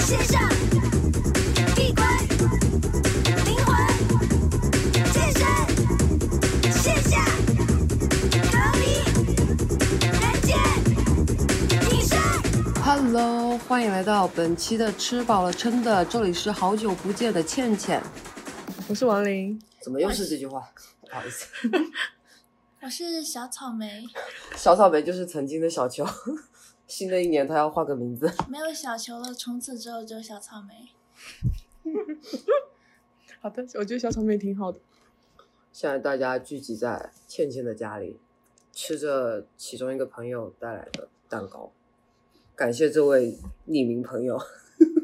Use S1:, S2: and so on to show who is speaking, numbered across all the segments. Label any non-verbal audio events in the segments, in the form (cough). S1: 线上，地关，灵魂，健身，线下，隔离，人间，隐身。
S2: Hello，欢迎来到本期的吃饱了撑的，这里是好久不见的倩倩。
S3: 我是王琳，
S2: 怎么又是这句话？ (laughs) 不好意思，
S1: 我是小草莓，
S2: 小草莓就是曾经的小球， (laughs) 新的一年他要换个名字。
S1: 没有小球了，从此之后只有小草莓。
S3: 好的，我觉得小草莓挺好的。
S2: 现在大家聚集在倩倩的家里，吃着其中一个朋友带来的蛋糕。感谢这位匿名朋友。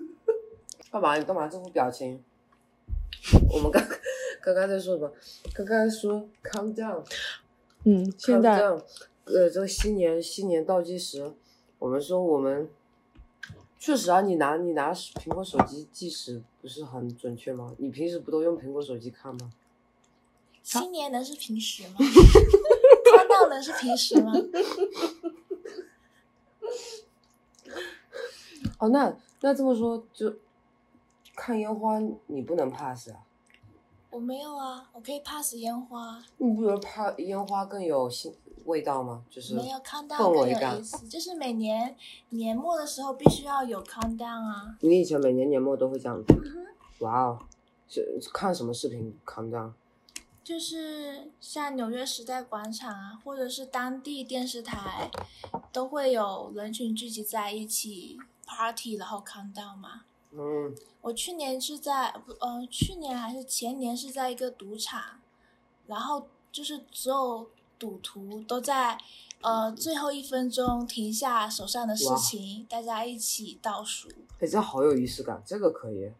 S2: (laughs) 干嘛？你干嘛这副表情？我们刚刚刚在说什么？刚刚说 calm down，
S3: 嗯，现在
S2: calm down 呃，这个新年新年倒计时，我们说我们确实啊，你拿你拿苹果手机计时不是很准确吗？你平时不都用苹果手机看吗？
S1: 新年能是平时吗？ (laughs) 看到能是平时吗？
S2: 哦，那那这么说就看烟花，你不能 pass 啊，
S1: 我没有啊，我可以 pass 烟花，
S2: 你不觉得怕烟花更有新味道吗？就是
S1: 没有 countdown
S2: 氛
S1: 更
S2: 围
S1: 有
S2: 感
S1: 意。思。就是每年年末的时候必须要有 countdown 啊。
S2: 你以前每年年末都会这样子，
S1: 嗯
S2: 哇哦，是看什么视频 calm down？
S1: 就是像纽约时代广场啊，或者是当地电视台，都会有人群聚集在一起 party，然后 countdown 嘛。
S2: 嗯，
S1: 我去年是在不呃，去年还是前年是在一个赌场，然后就是所有赌徒都在呃最后一分钟停下手上的事
S2: 哇
S1: 情，大家一起倒数。
S2: 哎，这好有仪式感，这个可以。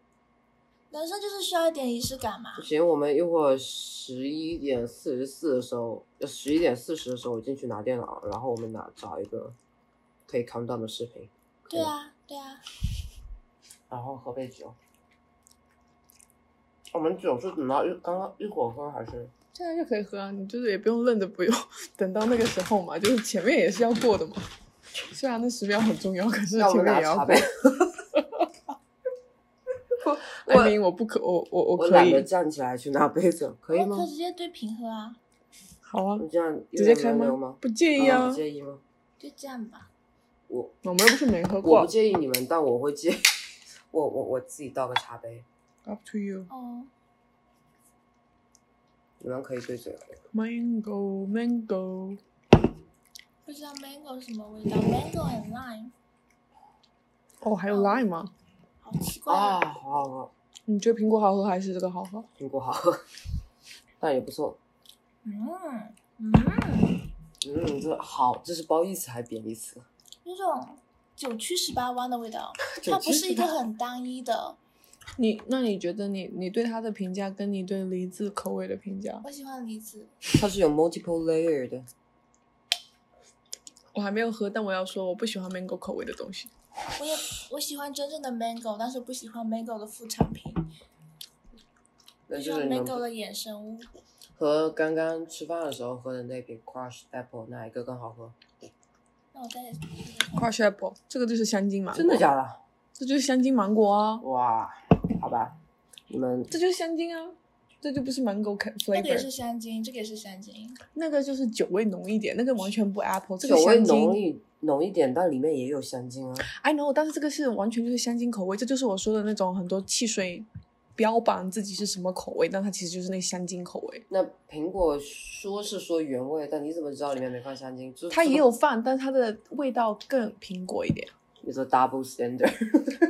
S1: 人生就是需要一点仪式感嘛
S2: 不。行，我们一会儿十一点四十四的时候，呃十一点四十的时候我进去拿电脑，然后我们拿找一个可以 countdown 的视频，
S1: 对啊，对啊，
S2: 然后喝杯酒。我们酒是等到一刚刚一会儿喝还是？
S3: 现在就可以喝啊，你就是也不用愣着不用， (laughs) 等到那个时候嘛，就是前面也是要过的嘛。虽然那十秒很重要，可是
S2: 那我们
S3: 前面
S2: 拿
S3: 也要
S2: 茶
S3: 过
S2: 杯。。我
S3: 艾琳，我不可，我我我
S2: 我
S3: 可
S2: 懒得
S3: 以，
S2: 站起来去拿杯子，可以
S1: 我
S2: 吗
S1: 哦可？直接对平喝啊，
S3: 好啊
S2: 你，这样
S3: 直接开
S2: 吗？
S3: 吗？不介意
S2: 啊
S3: 啊
S2: 不，介意吗？
S1: 就这样吧。
S2: 我
S3: 我们又不是没喝
S2: 我
S3: 过
S2: 不。介意你们，但我会介意。我我我自己倒个茶杯，
S3: Up to you,
S1: 哦，
S2: 你们可以对嘴喝。
S3: mango, mango。
S1: 不知道 mango 什么味道，mango and lime，
S3: 哦，还有 lime 吗？
S1: 好奇怪哦
S2: 啊，好好喝。
S3: 你觉得苹果好喝还是这个好喝？
S2: 苹果好喝， (laughs) 但也不错。
S1: 嗯嗯，
S2: 嗯，这好，这是褒义词还是贬义词？
S1: 有种九曲十八弯的味
S2: (laughs)
S1: 道，
S2: 九
S1: 它不
S2: 曲
S1: 是
S2: 十
S1: 一个
S2: 八
S1: 很单一的。
S3: 你那你觉得你你对它的评价跟你对梨子口味的评价，
S1: 我喜欢梨子，
S2: 它是有 multiple layer 的。
S3: 我还没有喝，但我要说我不喜欢 mango 口味的东西。
S1: 我也我喜欢真正的 mango，但是不喜欢 mango 的副产品，
S2: 那
S1: 不喜
S2: 就
S1: 欢
S2: 是你
S1: mango
S2: 们
S1: 的衍生物。
S2: 和刚刚吃饭的时候喝的那瓶 crush apple 哪一个更好喝？
S1: 那我再
S3: Crush apple 这个就是香精芒果，
S2: 真的假的？
S3: 这就是香精芒果啊，
S2: 哇，好吧，你们
S3: 这就是香精啊，这就不是 mango
S1: 那个也
S3: flavor，
S1: 是香精，这个也是香精，
S3: 那个就是酒味浓一点，那个完全不 apple，这
S2: 酒
S3: 个
S2: 味
S3: 香
S2: 浓
S3: 精
S2: 一浓一点，但里面也有香精啊。
S3: ，I know，但是这个是完全就是香精口味，这就是我说的那种很多汽水标榜自己是什么口味，但它其实就是那香精口味。
S2: 那苹果说是说原味，但你怎么知道里面没放香精？就
S3: 它也有放，但它的味道更苹果一点。
S2: 你说 double standard，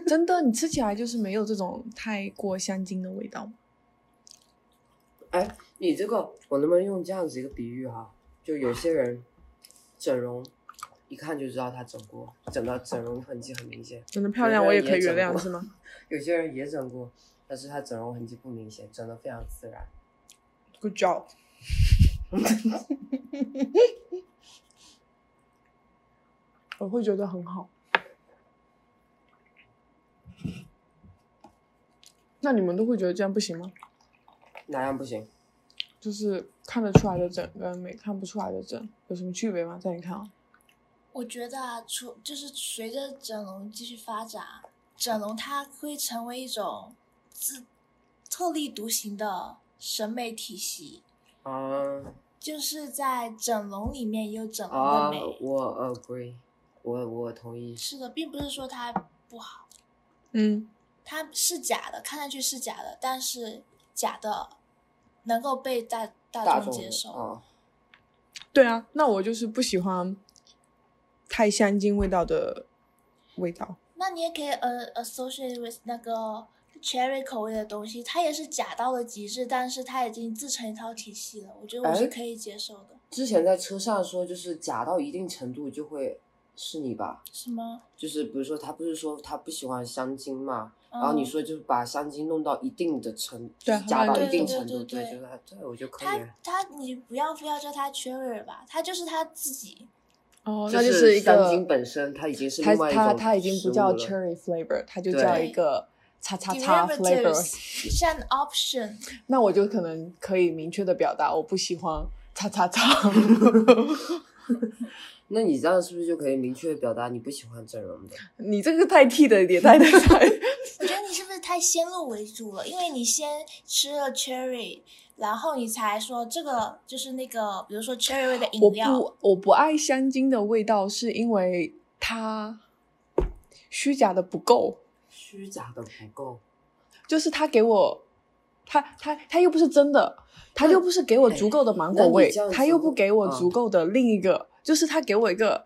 S3: 真的，你吃起来就是没有这种太过香精的味道。
S2: 哎你这个我能不能用这样子一个比喻哈、就有些人整容，一看就知道他整过，整到整容痕迹很明显；
S3: 长得漂亮，我也可以原谅，是吗？
S2: 有些人也整过，但是他整容痕迹不明显，整的非常自然。
S3: Good (laughs) job。我会觉得很好。那你们都会觉得这样不行吗？
S2: 哪样不行？
S3: 就是看得出来的整跟没看不出来的整有什么区别吗？在你看啊，
S1: 我觉得啊，除就是随着整容继续发展啊，整容它会成为一种自特立独行的审美体系，
S2: 啊
S1: 就是在整容里面也有整容的
S2: 啊
S1: 美。，
S2: 我 agree，我我同意。
S1: 是的，并不是说它不好，
S3: 嗯，
S1: 它是假的，看上去是假的，但是假的能够被大
S2: 大
S1: 大众
S2: 众
S1: 接受。
S2: 啊，
S3: 对啊，那我就是不喜欢太香精味道的味道。
S1: 那你也可以呃 associate with 那个 cherry 口味的东西，它也是假到了极致，但是它已经自成一套体系了，我觉得我
S2: 哎
S1: 是可以接受的。
S2: 之前在车上说，就是假到一定程度就会是你吧？
S1: 什么？
S2: 就是比如说，他不是说他不喜欢香精嘛，
S1: 嗯、
S2: 然后啊你说就是把香精弄到一定的程，
S3: 对
S2: 就是加到一定
S1: 对对对
S2: 程度，
S1: 对对
S2: 就是他对我觉得可
S1: 他
S2: 以。
S1: 他你不要非要叫他 cherry 吧，他就是他自己。
S3: 哦
S2: 就
S3: 那就是一
S2: 香精
S3: 个，
S2: 本身，它已经是
S3: 它
S2: 另外一种
S3: 它它已经
S2: 食
S3: 不
S2: 物
S3: 叫
S2: 了
S3: cherry flavor，它就
S2: 对
S3: 叫一个叉叉
S1: (laughs)
S3: 叉 flavor。
S1: Derivatives is an option，
S3: 那我就可能可以明确的表达，我不喜欢叉叉叉。
S2: 那你这样是不是就可以明确地表达你不喜欢整容的？
S3: 你这个太 T 的也太太太。
S1: 我觉得你是不是太先入为主了？因为你先吃了 cherry，然后你才说这个就是那个，比如说 cherry 味的
S3: 我
S1: 饮料，
S3: 不我不爱香精的味道，是因为它虚假的不够，
S2: 虚假的不够，
S3: 就是它给我，它它它又不是真的，它又不是给我足够的芒果
S2: 嗯哎那
S3: 味
S2: 你这样，子
S3: 它又不给我
S2: 嗯
S3: 足够的另一个，就是它给我一个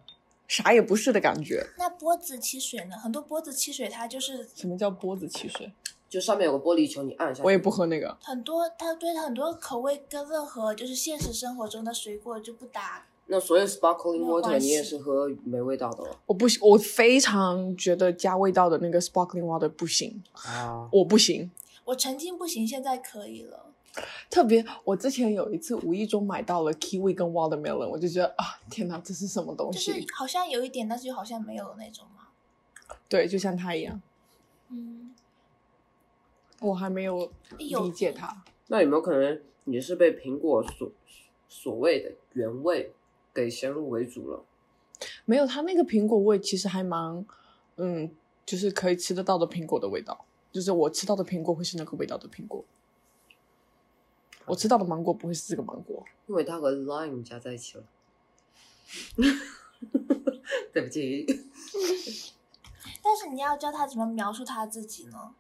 S3: 啥也不是的感觉。
S1: 那波子汽水呢？很多波子汽水它就是
S3: 什么叫波子汽水？
S2: 就上面有个玻璃球，你按一下。
S3: 我也不。喝那个。
S1: 很多，它对很多口味跟任何就是现实生活中的水果就不搭。
S2: 那所有 sparkling
S1: 没有
S2: water
S1: 关系
S2: 你也是喝没味道的哦。
S3: 我不喜，我非常觉得加味道的那个 sparkling water 不行，
S2: 啊，
S3: 我不行。
S1: 我曾经不行，现在可以了。
S3: 特别，我之前有一次无意中买到了 kiwi 跟 watermelon，我就觉得啊，天哪，这是什么东
S1: 就是
S3: 西？
S1: 好像有一点，但是又好像没有那种嘛。
S3: 对，就像它一样，
S1: 嗯，
S3: 我还没有
S1: 有
S3: 理解它。
S2: 那有没有可能你是被苹果所所谓的原味给先入为主了？
S3: 没有它那个苹果味，其实还蛮，嗯，就是可以吃得到的苹果的味道。就是我吃到的苹果会是那个味道的苹果，我吃到的芒果不会是这个芒果。
S2: 因为它和 lime 加在一起了。 (laughs) 对不起，
S1: 但是你要教他怎么描述他自己呢？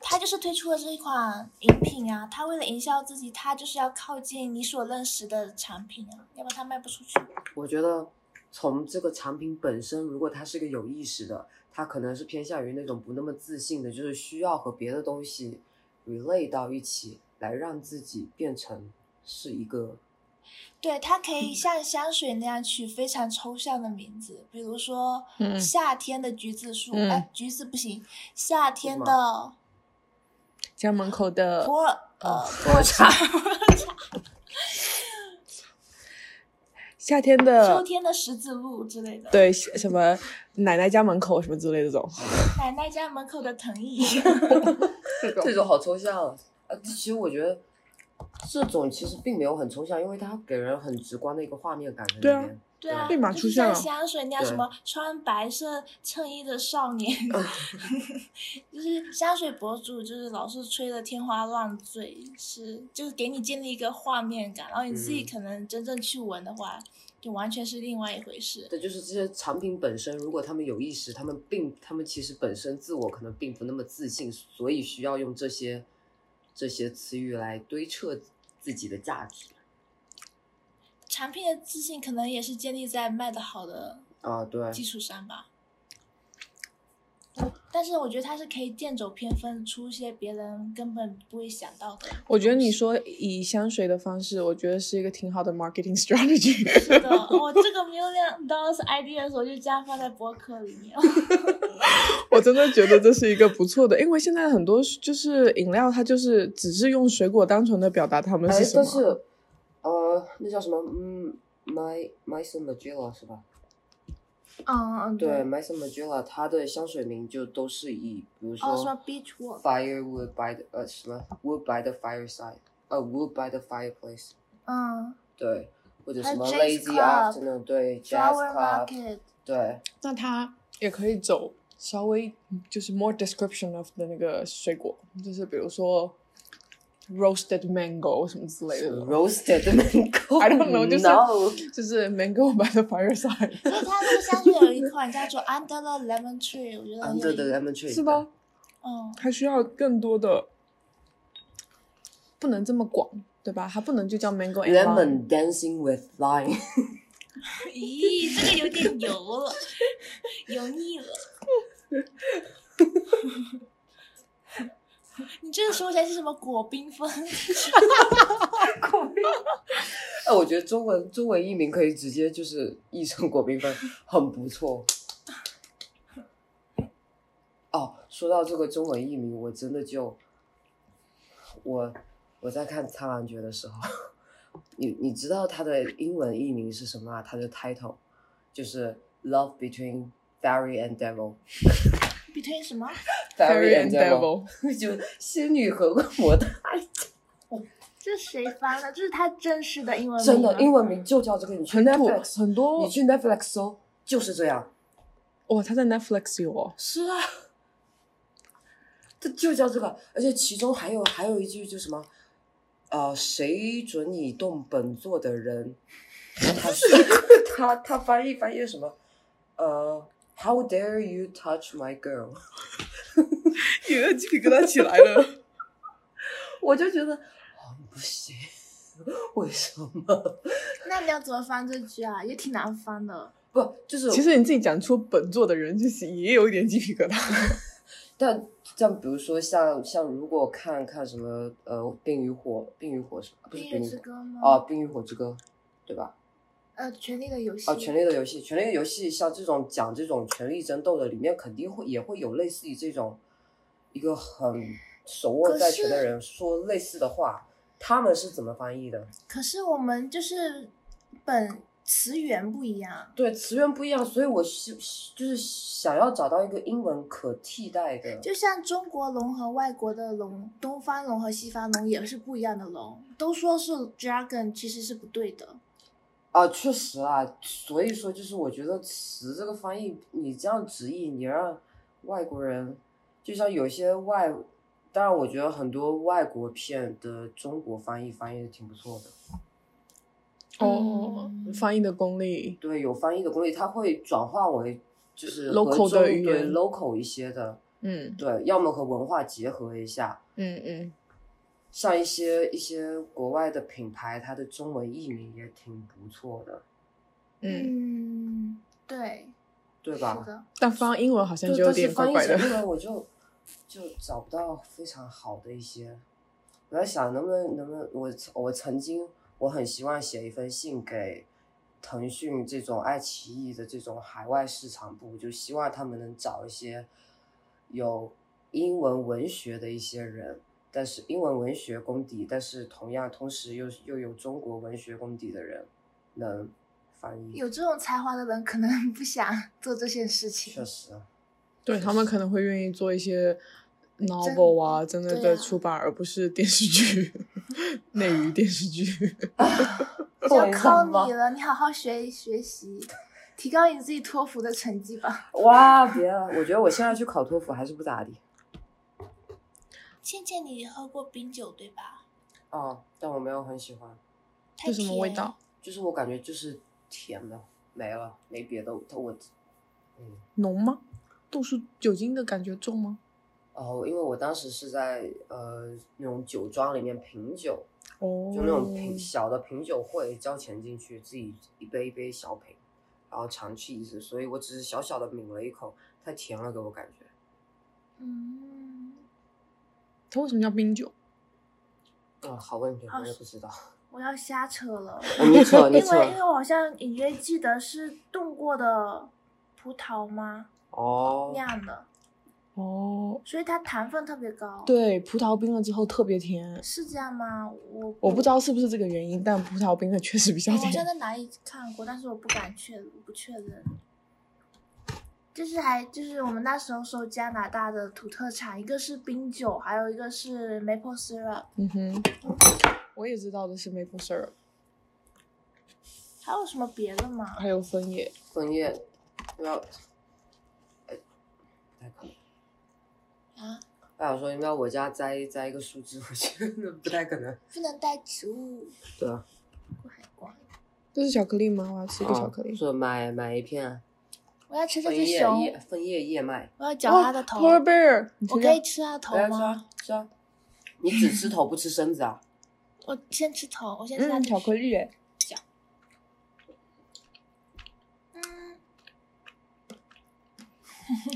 S1: 他就是推出了这一款饮品啊，他为了营销自己，他就是要靠近你所认识的产品啊，要不然他卖不出去。
S2: 我觉得从这个产品本身，如果它是个有意识的，它可能是偏向于那种不那么自信的，就是需要和别的东西 relate 到一起，来让自己变成是一个
S1: 对，它可
S3: 嗯
S1: 以像香水那样取非常抽象的名字，比如说
S3: 嗯
S1: 夏天的橘子树，
S3: 嗯
S1: 哎，橘子不行，夏天
S2: 吗
S1: 的
S3: 家门口的
S1: 普洱，呃，普
S2: (laughs) 我
S1: 洱
S2: 差
S1: 茶，
S3: 夏天
S1: 秋
S3: 的
S1: 天的十字路之类的，
S3: 嗯对什么奶奶家门口什么之类的这种，
S1: 奶奶家门口的藤椅，
S3: (laughs) 这
S2: 这种好抽象啊！呃，其实我觉得这种其实并没有很抽象，因为它给人很直观的一个画面感在里
S3: 对啊
S2: 面。
S1: 对啊，
S3: 立马
S1: 就
S3: 出
S1: 是
S3: 现
S1: 像
S3: 了
S1: 香水那样，什
S2: 对
S1: 么穿白色衬衣的少年，
S3: 嗯
S1: (laughs) 就是香水博主，就是老是吹的天花乱坠，是就是给你建立一个画面感，然后你自己
S2: 嗯
S1: 可能真正去闻的话，就完全是另外一回事。
S2: 对，就是这些产品本身，如果他们有意识，他们并他们其实本身自我可能并不那么自信，所以需要用这些这些词语来堆砌自己的价值
S1: 产品的自信可能也是建立在卖的好的
S2: 啊。对，
S1: 基础上吧。但是我觉得它是可以剑走偏锋，出一些别人根本不会想到的。
S3: 我觉得你说以香水的方式，我觉得是一个挺好的 marketing (laughs) strategy。
S1: 是的，我哦这个 million dollars idea 的时候就这样放在博客里面。
S3: 我真的觉得这是一个不错的，因为现在很多就是饮料，它就是只是用水果单纯的表达它们
S2: 哎
S3: 是，什
S2: 但
S3: 么。
S2: 是呃，那叫什么？嗯，My My s o n Magilla 是吧？
S1: (laughs) 嗯嗯，
S2: 对。，My s o n Magilla，它的香水名就都是以比如说、
S1: 哦，什么 beach walk？
S2: Firewood by the 呃什么 Wood by the fireside，呃 Wood by the fireplace，
S1: 嗯
S2: 对，或者
S1: 还
S2: 什
S1: 有
S2: 么
S1: Jazz
S2: Lazy
S1: Club
S2: Afternoon，对 Jazz
S1: ，flower
S2: Club，
S1: market。
S2: 对，
S3: 那它也可以走稍微就是 more description of 的那个水果，就是比如说 roasted mango 什么之类的。
S2: Roasted (laughs) mango.
S3: I don't know，就是
S2: No.
S3: 就是 mango by the fireside，
S1: 而且它那个香水有一款叫做 Under the Lemon Tree，我觉得很
S2: Under
S1: 有
S2: the
S1: 意
S2: lemon tree.
S3: 是吧？
S1: 嗯，
S3: 还需要更多的，不能这么广，对吧？它不能就叫 mango and lime
S2: Lemon dancing with lime.
S1: 咦，这个有点油了，油腻了。你这个说起来是什么果缤纷？
S2: 哎，我觉得中文中文译名可以直接就是译成果缤纷，很不错。哦，说到这个中文译名，我真的就我我在看《苍兰诀》的时候，你你知道它的英文译名是什么啊？它的 title 就是《Love Between Fairy and Devil》
S1: between 什么？
S3: Fairy and
S2: Devil，
S3: devil，
S2: (laughs) 就仙女和魔太
S1: (laughs) 这谁翻的？这是他真实的英文
S2: 真的英
S1: 为
S2: 文名就叫这个，你去
S3: 啊很土
S2: Netflix，
S3: 很
S2: 你
S3: 多
S2: 去 Netflix 搜就是这样。
S3: 哇！它在 Netflix 有
S2: (laughs)
S3: 哦，
S2: 是啊，这就叫这个，而且其中还有还有一句就什么，呃，谁准你动本座的人？他是 (laughs) 他他翻译翻译什么？呃，How dare you touch my girl？
S3: 你的鸡皮疙瘩起来了。 (laughs)
S2: 我就觉得啊、不行，为什么？
S1: 那你要怎么翻这句啊？也挺难翻的。
S2: 不就是
S3: 其实你自己讲出本座的人，就是也有一点鸡皮疙瘩。
S2: 但像比如说像像如果看看什么呃《冰与火》《冰与火》是不是《
S1: 冰
S2: 冰
S1: 与
S2: 与
S1: 之
S2: 火》
S1: 歌吗？
S2: 啊，《冰与火之歌》对吧？
S1: 呃，权力的游戏。
S2: 啊，权力的游戏，权力的游戏像这种讲这种权力争斗的，里面肯定会也会有类似于这种一个很手握
S1: 可
S2: 在权的
S1: 是
S2: 人说类似的话，他们是怎么翻译的？
S1: 可是我们就是本词源不一样。
S2: 对，词源不一样，所以我是是就是想要找到一个英文可替代的。
S1: 就像中国龙和外国的龙，东方龙和西方龙也是不一样的龙。都说是 dragon，其实是不对的。
S2: 啊，确实啊，所以说就是我觉得词这个翻译，你这样直译，你让外国人，就像有些外，当然我觉得很多外国片的中国翻译翻译的挺不错的。
S3: 哦
S1: 嗯，
S3: 翻译的功力，
S2: 对，有翻译的功力，它会转化为就是
S3: Local
S2: 和中
S3: 的语
S2: 对
S3: 言
S2: local 一些的，
S3: 嗯
S2: 对，要么和文化结合一下，
S3: 嗯嗯，
S2: 像一些一些国外的品牌，它的中文译名也挺不错的，
S3: 嗯，
S1: 嗯，对，
S2: 对
S1: 是
S2: 吧？
S1: 的。
S3: 但翻英文好像
S2: 对，
S3: 就有
S2: 但是
S3: 点怪
S2: 翻译
S3: 怪
S2: 成
S3: 的。
S2: 英文
S3: (laughs)
S2: 我就就找不到非常好的一些。我在想能不能能不能我我曾经我很希望写一封信给腾讯这种爱奇艺的这种海外市场部，就希望他们能找一些有英文文学的一些人，但是英文文学功底，但是同样同时又又有中国文学功底的人能翻译。
S1: 有这种才华的人可能不想 (laughs) 做这些事情
S2: 确。实，啊
S3: 对他们可能会愿意做一些 novel 啊，真的
S1: 对
S3: 的
S1: 啊
S3: 出版，而不是电视剧、 (laughs) 内娱电视剧。
S1: 就要
S2: 对
S1: 靠
S2: 怎么
S1: 你了，你好好学学习，提高你自己托福的成绩吧。
S2: 哇，别了！我觉得我现在去考托福还是不咋地。
S1: 倩倩，你喝过冰酒对吧？
S2: 哦，但我没有很喜欢，
S1: 太
S3: 是什么味
S1: 甜
S3: 道？？
S2: 就是我感觉就是甜的，没了，没别的。它我，嗯，
S3: 浓吗？度数酒精的感觉重吗？
S2: 哦，因为我当时是在呃那种酒庄里面品酒，
S3: 哦，
S2: 就那种品小的品酒会，交钱进去，自己一杯一杯小品，然后尝 cheese，所以我只是小小的抿了一口，太甜了，给我感觉。
S1: 嗯，
S3: 它为什么叫冰酒？
S2: 嗯，好问题，
S1: 好
S2: 我也
S1: 是
S2: 不知道。哦
S1: 我要瞎扯了， (laughs)
S2: 你扯，
S1: 因
S2: 你
S1: 为
S2: 扯。
S1: 因为我好像隐约记得是冻过的葡萄吗？
S2: 哦
S1: 酿的，
S3: 哦，
S1: 所以它糖分特别高。，
S3: 对，葡萄冰了之后特别甜，
S1: 是这样吗？我哦
S3: 我不知道是不是这个原因，但葡萄冰的确实比较
S1: 我好像
S3: 甜。
S1: 在哪里看过，但是我不敢确不确认。就是还就是我们那时候收加拿大的土特产，一个是冰酒，还有一个是 maple syrup，
S3: 嗯哼，我也知道的是 maple syrup，
S1: 还有什么别的吗？
S3: 还有枫叶。
S2: 枫叶，要，哎，不太可能。
S1: 啊，
S2: 爸爸说：“你到我家摘一摘一个树枝，我觉得不太可能。
S1: 不能带植物，”
S2: 对啊，
S1: 怪怪。
S3: 这是巧克力吗？我要吃一个巧克力。
S2: 说买买一片啊，
S1: 我要吃这
S2: 枫
S1: 只
S2: 叶
S1: 熊
S2: 叶，枫叶叶麦，
S1: 我要嚼它的头。
S3: 哦 Polar Bear，你
S1: 我
S3: 吃
S1: 可以
S3: 掉。
S1: 吃它的头
S2: 来吃
S1: 吗？
S2: 啊吃啊！你只吃头不吃身子啊？
S1: 我先吃头，我先吃它
S3: 嗯，
S1: 的头
S3: 巧。克力哎，
S1: 嗯，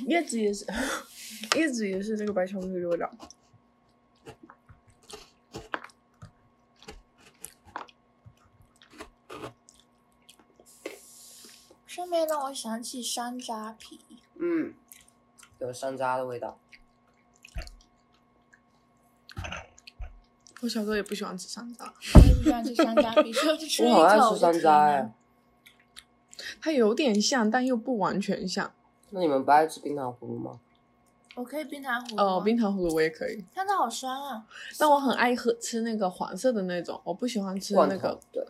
S3: 叶嗯子也是，叶子也是这个白巧克力的味道。
S1: 顺便让我想起山楂皮。
S2: 嗯，有山楂的味道。
S3: 我小时候也不喜欢吃山楂，
S1: 我也不喜欢吃山楂皮， (laughs) 所以我就吃了一
S2: 我好爱
S1: 口
S2: 吃
S1: 我
S2: 山
S1: 就停
S2: 楂哎
S1: 了。。
S3: 它有点像，但又不完全像。
S2: 那你们不爱吃冰糖葫芦吗？
S1: 我可以冰糖葫芦
S3: 哦，
S1: 吗
S3: 冰糖葫芦我也可以，
S1: 山楂好酸啊！
S3: 但我很爱喝吃那个黄色的那种，我不喜欢吃那
S2: 罐
S3: 个
S2: 头对，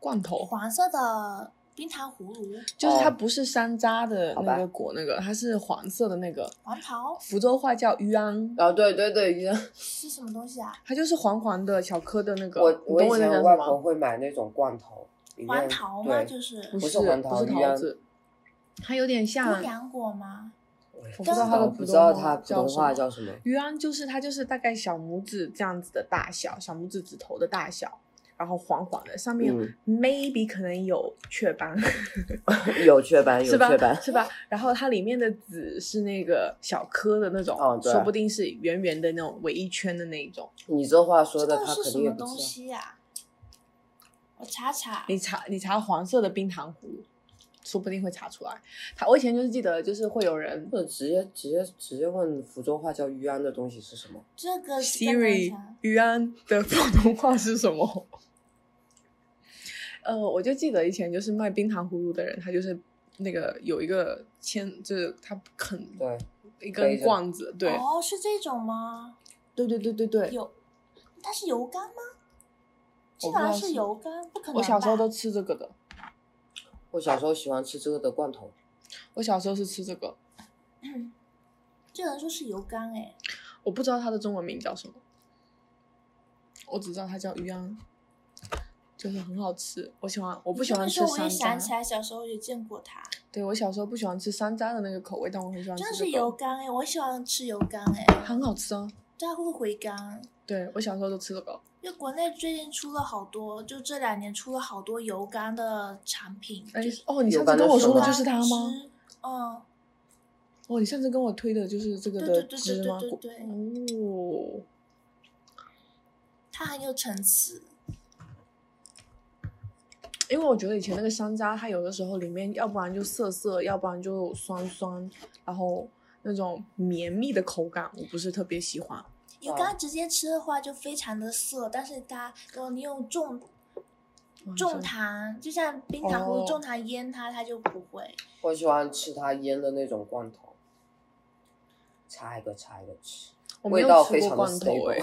S3: 罐头，
S1: 黄色的冰糖葫芦，
S3: 就是它
S2: 哦
S3: 不是山楂的
S2: 好
S3: 那
S2: 吧
S3: 个果，那个它是黄色的那个，
S1: 黄桃
S3: 福州话叫芋安，
S2: 啊对对对，一样
S1: 是什么东西啊？
S3: 它就是黄黄的小颗的那个，
S2: 我
S3: 你
S2: 我
S3: 懂
S2: 以
S3: 我在
S2: 前我
S3: 讲什
S2: 外婆
S3: 么？
S2: 会买那种罐头，里
S1: 黄
S2: 面
S1: 桃吗？
S2: 对，
S1: 就是
S3: 不
S2: 不
S3: 是
S2: 是黄
S3: 不
S2: 桃啊
S3: 是
S2: 芋
S3: 桃
S2: 安
S3: 子，它有点像
S1: 姑娘果吗？
S2: 我也
S3: 我不知道它的
S2: 不
S3: 普
S2: 知
S3: 通
S2: 道
S3: 话
S2: 它普
S3: 叫
S2: 通
S3: 什
S2: 话
S3: 么
S2: 叫什么。 (laughs)
S3: 鱼安就是它就是大概小拇指这样子的大小，小拇指指头的大小，然后黄黄的，上面
S2: 嗯
S3: maybe 可能有雀斑，
S2: 有雀斑，有
S3: 是吧
S2: 雀斑？。
S3: 是吧？然后它里面的籽是那个小颗的那种，
S2: 哦对
S3: 说不定是圆圆的那种围一圈的那一种。
S2: 你这话说
S1: 这
S2: 的，
S1: 到
S2: 他
S1: 底是
S2: 肯
S1: 什
S2: 定也
S1: 么
S2: 不
S1: 东
S2: 知
S1: 西呀？我查查，
S3: 你查你查黄色的冰糖葫芦，说不定会查出来。它我以前就是记得，就是会有人
S2: 道。或者直接直接直接问福州话叫芋安的东西是什么？
S1: 这个是在哪里
S3: Siri
S1: 查
S3: 于安的普通话是什么？ (laughs) 呃，我就记得以前就是卖冰糖葫芦的人，他就是那个有一个签，就是他啃
S2: 对，背
S3: 一根
S2: 着
S3: 罐子，对，
S1: 哦，是这种吗？
S3: 对对对对对。
S1: 有，它是油柑吗？
S3: 我
S1: 这
S3: 不知道
S1: 好像
S3: 是
S1: 是油柑，不可能吧。
S3: 我小时候都吃这个的，
S2: 我小时候喜欢吃这个的罐头，
S3: 我小时候是吃这个，
S1: 这人说是油柑哎，
S3: 我不知道它的中文名叫什么，我只知道它叫鱼安，就是很好吃。我喜欢，我
S1: 我
S3: 不喜欢吃
S1: 我也想
S3: 山
S1: 起
S3: 楂，
S1: 来小时候也见过它，
S3: 对我小时候不喜欢吃山楂的那个口味，但我很喜欢吃
S1: 真的
S3: 这
S1: 是
S3: 个
S1: 油，柑哎，我喜欢吃油柑哎，
S3: 很好吃啊。
S1: 对它会回甘。
S3: 对我小时候都吃这个。
S1: 因为国内最近出了好多，就这两年出了好多油柑的产品。
S3: 哎
S1: 就是，
S3: 哦，你
S2: 有
S3: 上次
S2: 感
S3: 跟
S2: 到
S3: 我
S2: 什
S3: 说的
S2: 么
S3: 就是它吗？
S1: 汁？嗯，
S3: 哦，你上次跟我推的就是这个
S1: 对
S3: 的
S1: 对对对
S3: 汁
S1: 对
S3: 吗？
S1: 对
S3: 果
S1: 对
S3: 哦，
S1: 它很有层次。
S3: 因为我觉得以前那个山楂，它有的时候里面要不然就涩涩，要不然就酸酸，然后那种绵密的口感，我不是特别喜欢。
S1: 油柑直接吃的话就非常的涩，但是它如果你用重
S3: 哇
S1: 重
S3: 真的
S1: 糖，就像冰糖葫
S3: 哦
S1: 芦重糖腌它，它就不会。
S2: 我喜欢吃它腌的那种罐头，插一个插一个吃。
S3: 我没
S2: 味
S3: 有
S2: 道
S3: 吃
S2: 非
S3: 过
S2: 常的
S3: 罐头
S2: stable
S3: 哎、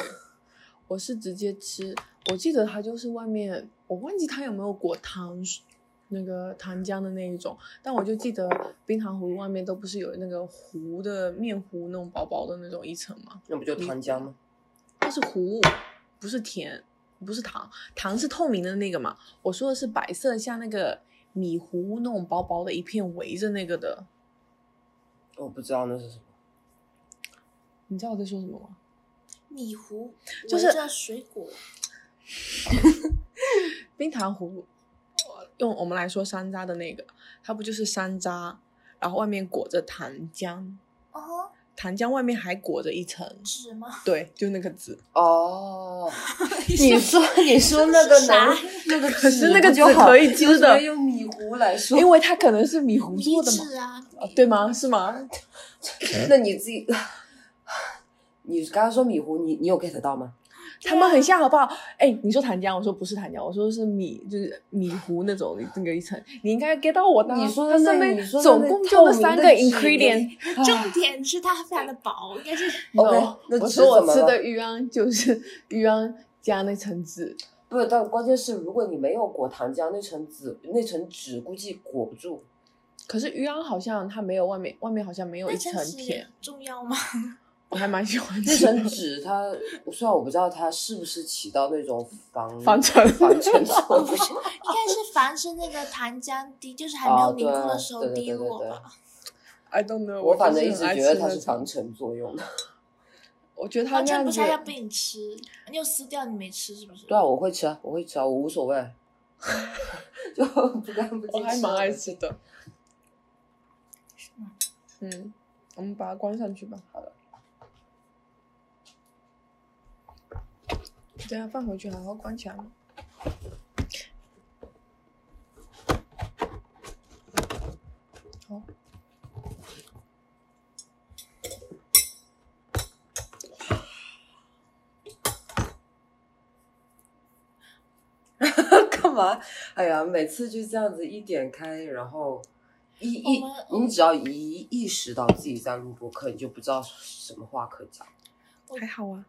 S3: 我是直接吃。我记得它就是外面，我忘记它有没有裹糖水那个糖浆的那一种，但我就记得冰糖葫芦外面都不是有那个糊的面糊那种薄薄的那种一层吗？
S2: 那不就糖浆吗？
S3: 它是糊，不是甜，不是糖，糖是透明的那个嘛。我说的是白色，像那个米糊那种薄薄的一片围着那个的。
S2: 我不知道那是什么。
S3: 你知道我在说什么吗？
S1: 米糊
S3: 就是
S1: 围着水果，
S3: 冰糖葫芦，用我们来说山楂的那个，它不就是山楂，然后外面裹着糖浆，
S1: 哦，
S3: 糖浆外面还裹着一层，
S1: 纸吗？
S3: 对，就那个籽。
S1: (laughs)
S2: 哦，你说你说那个
S1: 是啥
S2: 能那个
S3: 可是
S2: 纸
S3: 那个
S2: 不就
S3: 纸
S2: 好
S3: 可以吃
S2: 为什
S3: 的
S2: 么用米糊来说
S3: 因为它可能是米糊
S1: 米
S3: 做的嘛，
S1: 纸啊，
S3: 啊对吗？是吗？
S2: 那你自己， (laughs) 你刚刚说米糊，你你有 get 到吗？
S3: 它们很像，好不好？哎，你说糖浆，我说不是糖浆，我说是米，就是米糊那种那个一层，你应该 get 到我的啊。
S2: 你说的
S3: 它
S2: 那
S3: 上面
S2: 你说的
S3: 总
S2: 那
S3: 共
S2: 透
S3: 就那
S2: 明
S3: 三
S2: 的
S3: 个
S2: 纸
S3: ingredient，
S1: 啊重点是它非常的薄，应该是
S2: OK，
S3: No，
S2: 那
S3: 哦我
S2: 纸怎
S3: 说我
S2: 么
S3: 吃
S2: 了
S3: 的鱼安就是 (laughs) 鱼安加那层纸，
S2: 不是，
S3: (laughs)
S2: 但关键是如果你没有裹糖浆，那层纸那层纸估计裹不住。
S3: 可是鱼昂好像它没有外面，外面好像没有一
S1: 那
S3: 层
S1: 层纸
S3: (laughs) 甜，
S1: 重要吗？
S3: 我还蛮喜欢
S2: 那
S3: 吃的。
S2: 层纸它，虽然我不知道它是不是起到那种防
S3: 防尘
S2: 防尘
S1: 哦，(laughs)
S2: 作
S1: 不
S2: 用
S1: 是，，
S2: (laughs)
S1: 应该是凡是那个糖浆滴，就是还没
S2: 哦
S1: 有，凝
S2: 对
S1: 固
S2: 啊，
S1: 的时候
S2: 对对
S1: 滴
S2: 对对
S1: 落
S2: 对
S3: (laughs)
S1: 吧。，
S3: I don't know，
S2: 我反
S3: 就
S2: 正一
S3: 很
S2: 直
S3: 爱
S2: 觉得
S3: 吃
S2: 它
S3: 那
S2: 是
S3: 种
S2: 防尘作用的。
S3: 我觉得它
S1: 反
S3: 那
S1: 正
S3: 样
S1: 不
S3: 子
S1: 是要被你吃，你有撕掉你没吃是不是？
S2: 对啊，我会吃啊，我会吃啊，我无所谓， (laughs) 就不干不净。
S3: 我还蛮爱吃。的。嗯，我们把它关上去吧。好了。等一下放回去，然后关起来吗？好。
S2: (laughs) 干嘛？哎呀，每次就这样子一点开，然后一一
S1: 我们
S2: 你只要一意识到自己在录播课，你就不知道什么话可讲。
S3: 还好啊，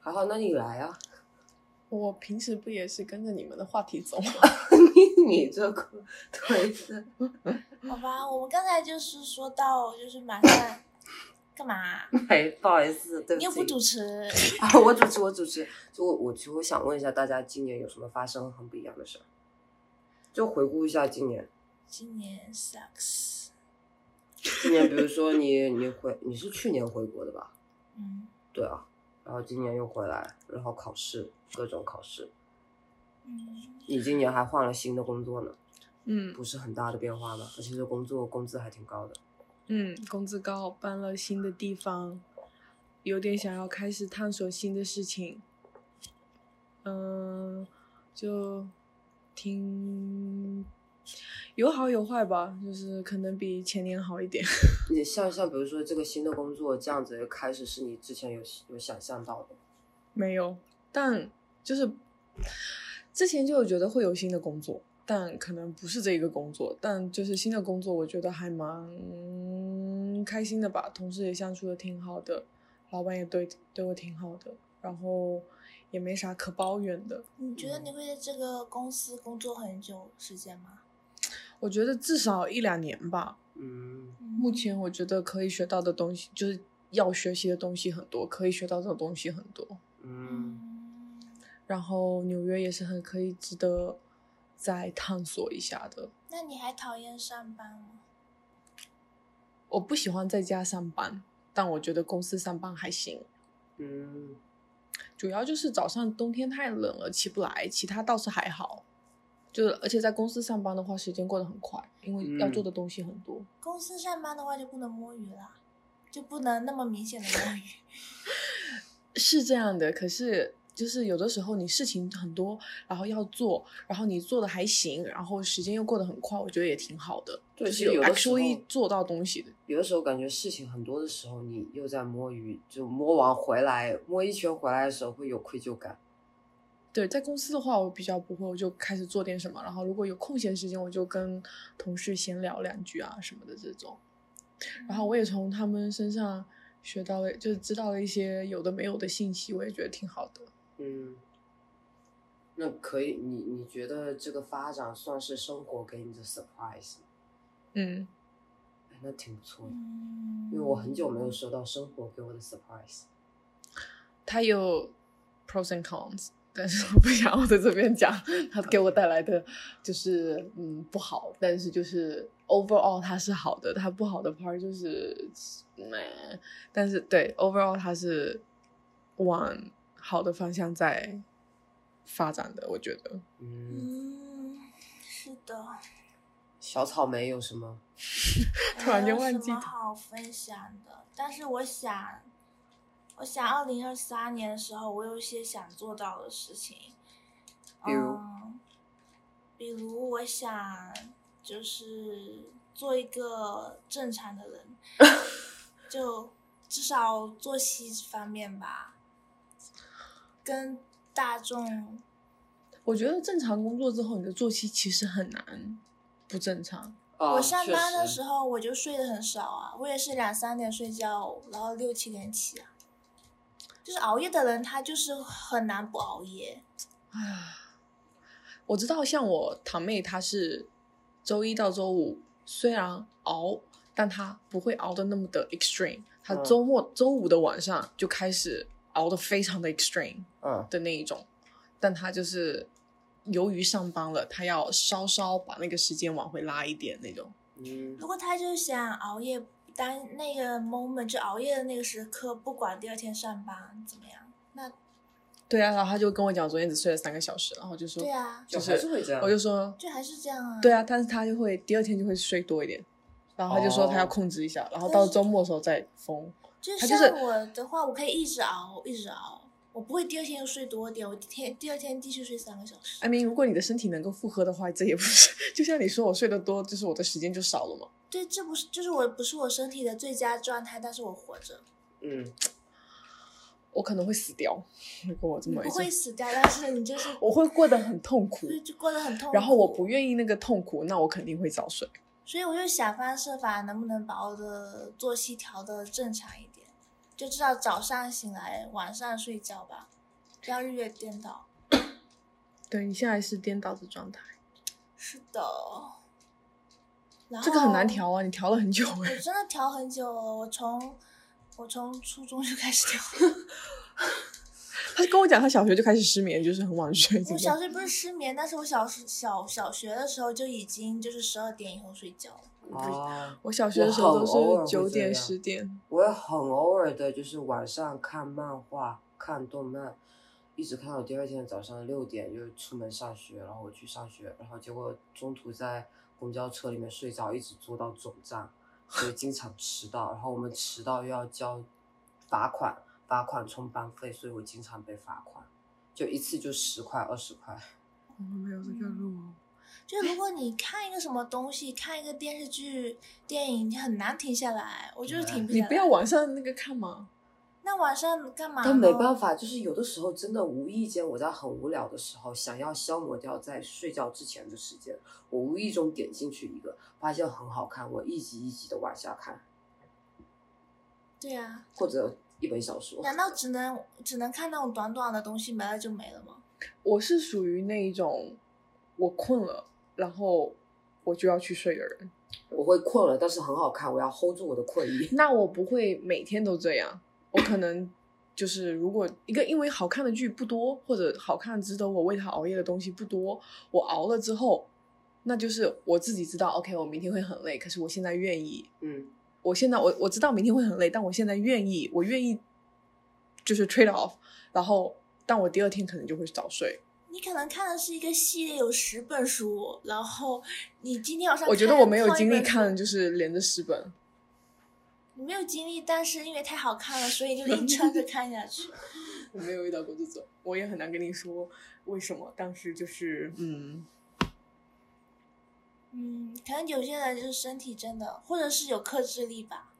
S2: 还好，那你来啊， (laughs)
S3: 我平时不也是跟着你们的话题走吗？ (laughs)
S2: 你你这个腿子，
S1: 好吧，我们刚才就是说到，就是马上干嘛？
S2: 哎，不好意思，对
S1: 你
S2: 不起。
S1: 又不主持，
S2: 啊，我主持，我主持。就我，我其实我想问一下大家，今年有什么发生很不一样的事儿？就回顾一下今年，
S1: 今年 sucks。
S2: 今年比如说你你回你是去年回国的吧？
S1: 嗯
S2: 对啊，然后今年又回来，然后考试各种考试，
S1: 嗯，
S2: 你今年还换了新的工作呢，
S3: 嗯
S2: 不是很大的变化吗？而且这工作工资还挺高的，
S3: 嗯，工资高，搬了新的地方，有点想要开始探索新的事情。嗯、就挺有好有坏吧，就是可能比前年好一点。
S2: 你像像比如说这个新的工作这样子的开始，是你之前有有想象到的吗？
S3: 没有，但就是之前就有觉得会有新的工作，但可能不是这一个工作，但就是新的工作，我觉得还蛮开心的吧，同事也相处的挺好的，老板也对对我挺好的，然后也没啥可抱怨的。
S1: 你觉
S2: 嗯
S1: 得你会在这个公司工作很久时间吗？
S3: 我觉得至少一两年吧，
S2: 嗯，
S3: 目前我觉得可以学到的东西就是。要学习的东西很多，可以学到的东西很多。
S2: 嗯，
S1: 嗯，
S3: 然后纽约也是很可以值得再探索一下的。
S1: 那你还讨厌上班吗？
S3: 我不喜欢在家上班，但我觉得公司上班还行。
S2: 嗯，
S3: 主要就是早上冬天太冷了起不来，其他倒是还好。就是而且在公司上班的话，时间过得很快，因为
S2: 嗯
S3: 要做的东西很多。
S1: 公司上班的话就不能摸鱼了，就不能那么明显的摸鱼。
S3: 是这样的，可是就是有的时候你事情很多，然后要做，然后你做的还行，然后时间又过得很快，我觉得也挺好的。
S2: 对
S3: 就是
S2: 其实有的时候
S3: actually E 做到东西的。
S2: 有的时候感觉事情很多的时候，你又在摸鱼，就摸完回来摸一圈回来的时候会有愧疚感。
S3: 嗯对，在公司的话，我比较不会，我就开始做点什么，然后如果有空闲时间，我就跟同事闲聊两句啊什么的这种。 (laughs)
S1: 嗯
S3: 然后我也从他们身上学到了，就是知道了一些有的没有的信息，我也觉得挺好的。
S2: 嗯，那可以，你你觉得这个发展算是生活给你的 surprise 吗？
S3: 嗯，
S2: 哎，那挺不错的，
S1: 嗯，
S2: 因为我很久没有收到生活给我的 surprise。
S3: 它有 pros and cons，但 (laughs) 是我不想要在这边讲它给我带来的就是嗯不好，但是就是 overall 它是好的，它不好的 part 就是嗯，但是对 overall 它是往好的方向在发展的，我觉得。
S2: 嗯，
S1: 嗯，是的。
S2: 小草莓有什么？
S3: (laughs) 突然
S1: 没有
S3: 间忘
S1: 什
S3: 记
S1: 么
S3: 它
S1: 好分享的，但是我想，我想二零二三年的时候，我有一些想做到的事情，
S2: 比如
S1: 嗯，比如我想就是做一个正常的
S3: (laughs)
S1: 人，就至少作息方面吧，跟大众
S3: 我觉得正常工作之后，你的作息其实很难不正常。
S2: 啊
S1: 我上班的
S2: 候，
S1: 时候我就睡得很少啊，我也是两三点睡觉，然后六七点起啊。就是熬夜的人，他就是很难不熬夜。
S3: 啊，我知道，像我堂妹，她是周一到周五虽然熬，但他不会熬的那么的 extreme。他
S2: 嗯
S3: 周末、周五的晚上就开始熬的非常的 extreme
S2: 嗯
S3: 的那一种，但他就是由于上班了，他要稍稍把那个时间往回拉一点那种。
S2: 嗯
S1: 如果他就是想熬夜，单那个 moment 就熬夜的那个时刻，不管第二天上班怎么样，那
S3: 对啊，然后他就跟我讲，昨天只睡了三个小时，然后我就说，
S1: 对啊，
S2: 就
S3: 就是
S2: 还是会这样。
S3: 我就说，
S1: 就还是这样啊。
S3: 对啊，但是他就会第二天就会睡多一点，然后他就说他要控制一下，然后到周末的时候再疯。
S1: 就
S3: 他
S1: 是像
S3: 就是
S1: 我的话，我可以一直熬，一直熬，我不会第二天又睡多点，我第天第二天继续睡三个小时。
S3: I mean，如果你的身体能够负荷的话，这也不是就像你说我睡得多，就是我的时间就少了嘛。
S1: 对，这不是就是我不是我身体的最佳状态，但是我活着，
S2: 嗯，
S3: 我可能会死掉，如果我这
S1: 你
S3: 么
S1: 不
S3: 一直
S1: 会死掉，但是你就是
S3: 我会过得很痛苦，
S1: 就就过得很痛苦。
S3: 然后我不，愿意那个痛苦，那我肯定会早睡。
S1: 所以我就想方设法，能不能把我的作息调的正常一点，就至少早上醒来，晚上睡觉吧，不要日夜颠倒。
S3: 对你现在是颠倒的状态，
S1: 是的，然后
S3: 这个很难。调啊，你调了很久哎、
S1: 我真的调很久了，我从我从初中就开
S3: (laughs)
S1: 始调。
S3: 他跟我讲，他小学就开始失眠，就是很晚睡。
S1: 我小时候不是失眠，但是我小时小小学的时候就已经就是十二点以后睡觉了。
S2: 啊，
S3: 我小学的时候
S2: 我很偶尔
S3: 都
S2: 会
S3: 是九
S2: 这样
S3: 点十点，
S2: 我也很偶尔的，就是晚上看漫画、看动漫，一直看到第二天早上六点就出门上学，然后我去上学，然后结果中途在公交车里面睡着，一直坐到总站，所以经常迟到。然后我们迟到又要交罚款，罚款充班费，所以我经常被罚款，就一次就十块二十块。
S3: 我们没有这个路哦。
S1: 就如果你看一个什么东西，看一个电视剧、电影，你很难停下来。我就是停不下
S3: 啊你
S1: 来。
S3: 不要晚上那个看嘛，
S1: 那晚上干嘛？
S2: 但没办。法，就是有的时候真的无意间，我在很无聊的时候，想要消磨掉在睡觉之前的时间，我无意中点进去一个，发现很好看，我一集一集的往下看，
S1: 对啊，
S2: 或者一本小说。
S1: 难道只能只能看那种短短的东西，没了就没了吗？
S3: 我是属于那一种，我困了，然后我就要去睡的人。
S2: 我会困了，但是很好看，我要 hold 住我的困意。 (laughs)
S3: 那我不会每天都这样，我可能就是如果一个因为好看的剧不多，或者好看值得我为它熬夜的东西不多，我熬了之后，那就是我自己知道，OK，我明天会很累，可是我现在愿意，
S2: 嗯，
S3: 我现在我我知道明天会很累，但我现在愿意，我愿意就是 trade off，然后但我第二天可能就会早睡。
S1: 你可能看的是一个系列，有十本书，然后你今天晚上
S3: 我觉得
S1: 看
S3: 我没有
S1: 挑一
S3: 精力
S1: 本书
S3: 看，就是连着十本。
S1: 你没有精力，但是因为太好看了，所以就
S3: (laughs)
S1: 硬撑着看下去。
S3: 我没有遇到过这种，我也很难跟你说为什么。但是就是，嗯，
S1: 嗯，可能有些人就是身体真的，或者是有克制力吧。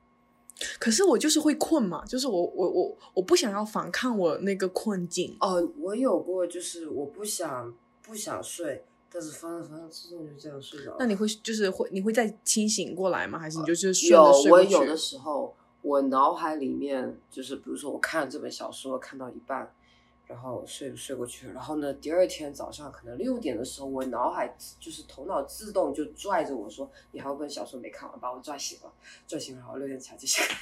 S3: 可是我就是会困嘛，就是我我我我不想要反抗我那个困境。
S2: 哦，我有过，就是我不想不想睡，但是翻着翻着自动就这样睡着了。
S3: 那你会就是会你会再清醒过来吗？还是你就是顺
S2: 呃有
S3: 着睡
S2: 我
S3: 过
S2: 有的
S3: 去？
S2: 时候，我脑海里面就是，比如说我看这本小说看到一半，然后睡睡过去，然后呢，第二天早上可能六点的时候，我脑海就是头脑自动就拽着我说，你还有本小说没看完，把我拽醒了，拽醒了，然后六点起来继续看。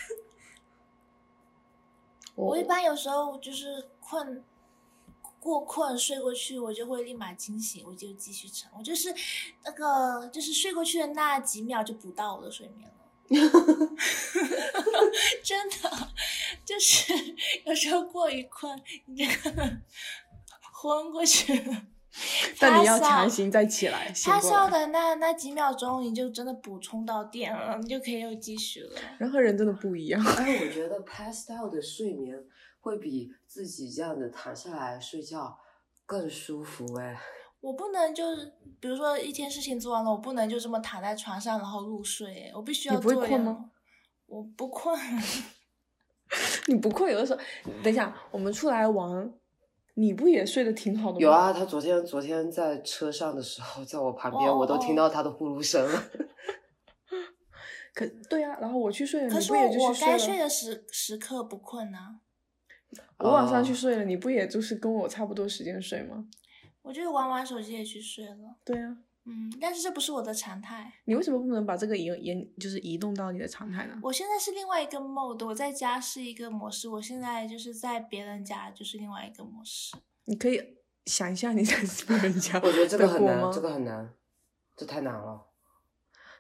S2: (laughs)
S1: 我一般有时候就是困过困睡过去，我就会立马惊醒，我就继续撑。我就是那个就是睡过去的那几秒就补到我的睡眠了。 (laughs) 真的，就是 (laughs) 有时候过于困，你这个 (laughs) 昏过去了。
S3: 但你要
S1: 发烧
S3: 强行再起来醒
S1: 他
S3: 过
S1: 笑
S3: 来。
S1: 的那那几秒钟，你就真的补充到电了，你就可以又继续了。
S3: 人和人真的不一样。 (laughs)
S2: 哎，我觉得 pass out 的睡眠会比自己这样子躺下来睡觉更舒服哎。
S1: 我不能就是，比如说一天事情做完了，我不能就这么躺在床上然后入睡，我必须要
S3: 你不会
S1: 做
S3: 困
S1: 点
S3: 吗？
S1: 我不困，
S3: 你不困，有的时候，等一下我们出来玩，你不也睡得挺好的吗？
S2: 有啊，他昨天昨天在车上的时候，在我旁边，
S1: 哦
S2: 我都听
S1: 哦
S2: 到他的呼噜声了。
S3: 可对呀、然后我去睡了，
S1: 可
S3: 你
S1: 是
S3: 不也就
S1: 我
S3: 去
S1: 该
S3: 睡
S1: 睡
S3: 了？
S1: 的时时刻不困啊呢、
S3: 我晚上去
S2: 哦
S3: 睡了，你不也就是跟我差不多时间睡吗？
S1: 我就是玩玩手机也去睡了。
S3: 对呀、啊
S1: 嗯，但是这不是我的常态。
S3: 你为什么不能把这个移延就是移动到你的常态呢？
S1: 我现在是另外一个 mode，我在家是一个模式，我现在就是在别人家就是另外一个模式。
S3: 你可以想一下你 (laughs) 在什么人家
S2: (laughs) 我觉得这个很
S3: 在过
S2: 难，
S3: 吗
S2: 这个很难，这太难了。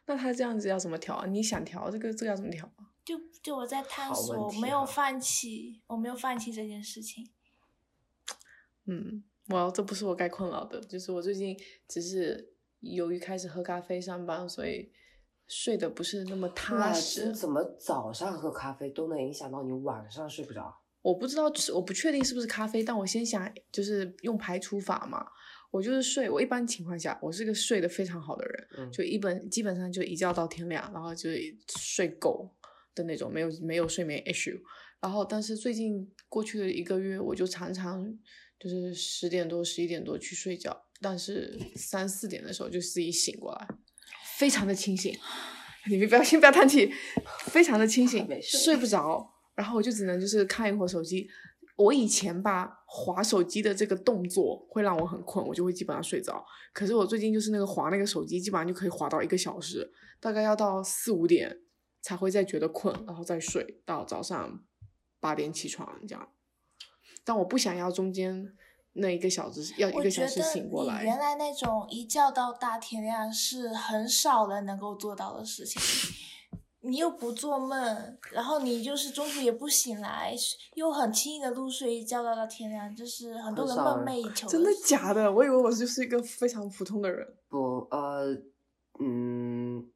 S3: 那他这样子要怎么调啊？你想调这个这个要怎么调啊？
S1: 就就我在探
S2: 好问
S1: 索，我
S2: 题
S1: 没有
S2: 啊
S1: 放弃，我没有放弃这件事情。
S3: 嗯，我这不是我该困扰的，就是我最近只是由于开始喝咖啡上班，所以睡得不是那么踏
S2: 哇
S3: 实
S2: 这。怎么早上喝咖啡都能影响到你晚上睡不着？
S3: 我不知道是我不确定是不是咖啡，但我先想就是用排除法嘛。我就是睡，我一般情况下我是个睡得非常好的人，
S2: 嗯，
S3: 就一本基本上就一觉到天亮，然后就睡够的那种，没有没有睡眠 issue。然后，但是最近过去的一个月，我就常常就是十点多、十一点多去睡觉，但是三四点的时候就自己醒过来，非常的清醒。你们不要先不要叹气，非常的
S1: (laughs)
S3: 清醒
S2: 没，事
S3: 睡不着。然后我就只能就是看一会儿手机。我以前吧，划手机的这个动作会让我很困，我就会基本上睡着。可是我最近就是那个划那个手机，基本上就可以划到一个小时，大概要到四五点才会再觉得困，然后再睡到早上八点起床这样。但我不想要中间那一个小时要一
S1: 我
S3: 个
S1: 觉
S3: 小时
S1: 得
S3: 醒过
S1: 你
S3: 来，
S1: 原来那种一觉到大天亮是很少人能够做到的事情。你又不做梦，然后你就是中途也不醒来，又很轻易的入睡，一觉到大天亮，这是很多
S2: 很
S1: 人
S2: 少
S1: 梦
S2: 人
S1: 寐以求
S3: 真的
S1: 事情
S3: 假的？我以为我就是一个非常普通的人。
S2: 不，呃，嗯，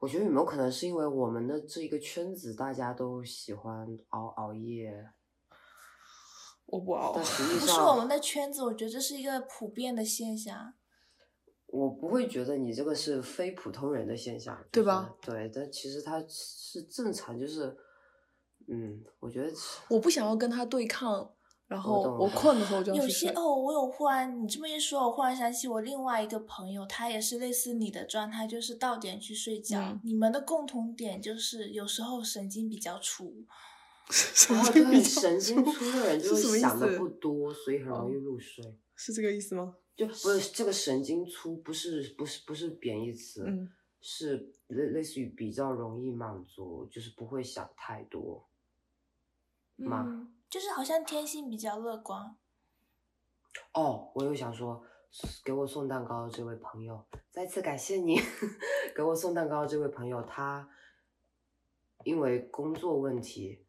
S2: 我觉得有没有可能是因为我们的这一个圈子，大家都喜欢熬熬夜，
S3: 我哦不熬
S2: 但，实际
S1: 不是
S3: 啊
S1: 我
S2: 上
S1: 们的圈子，我觉得这是一个普遍的现象。
S2: 我不会觉得你这个是非普通人的现象，就
S3: 对
S2: 是
S3: 吧？
S2: 对，但其实它是正常，就是，嗯，我觉
S3: (laughs)
S2: 得是
S3: 我不想要跟他对抗。然后
S2: 懂
S3: 我
S2: 了
S3: 困的时
S2: (laughs)
S3: 候我就要
S1: 有
S3: 去
S1: 些
S3: (laughs) 睡。
S1: 哦，我有忽然你这么一说，我忽然想起我另外一个朋友，他也是类似你的状态，就是到点去睡觉。
S3: 嗯
S1: 你们的共同点就是有时候神经比较粗。
S3: 神
S2: 然后
S3: 经
S2: 对
S3: 比较
S2: 啊神经粗的人就是
S3: 什么
S2: 是
S3: 意
S2: 想的
S3: 思
S2: 不多，所以很容易
S3: 哦
S2: 入睡。
S3: 是这个意思吗？
S2: 就不是这个神经粗，不是不是不是贬义词，
S3: 嗯，
S2: 是类类似于比较容易满足，就是不会想太多。妈
S1: 嗯，就是好像天性比较乐观。
S2: 哦，我又想说，给我送蛋糕的这位朋友，再次感谢你， (laughs) 给我送蛋糕的这位朋友，他因为工作问题，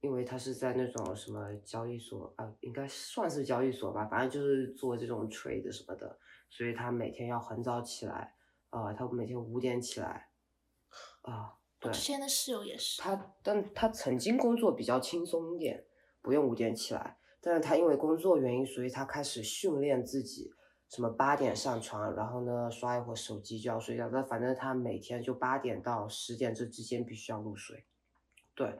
S2: 因为他是在那种什么交易所啊、应该算是交易所吧，反正就是做这种 trade 什么的，所以他每天要很早起来，啊，他每天五点起来，啊、
S1: 我
S2: 对
S1: 之前的室友也是。
S2: 他，但他曾经工作比较轻松一点，不用五点起来。但是他因为工作原因，所以他开始训练自己，什么八点上床，然后呢刷一会儿手机就要睡觉。但反正他每天就八点到十点这之间必须要入睡。对，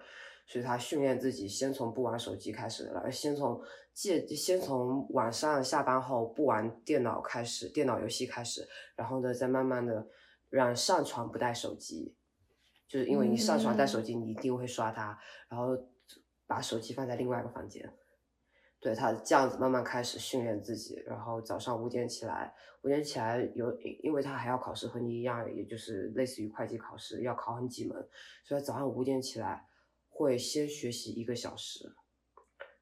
S2: 所以他训练自己，先从不玩手机开始，然后先从借先从晚上下班后不玩电脑开始，电脑游戏开始，然后呢，再慢慢的让上床不带手机，就是因为你上床带手机，你一定会刷它，然后把手机放在另外一个房间。对他这样子慢慢开始训练自己，然后早上五点起来，五点起来有，因为他还要考试，和你一样，也就是类似于会计考试，要考很几门，所以他早上五点起来会先学习一个小时，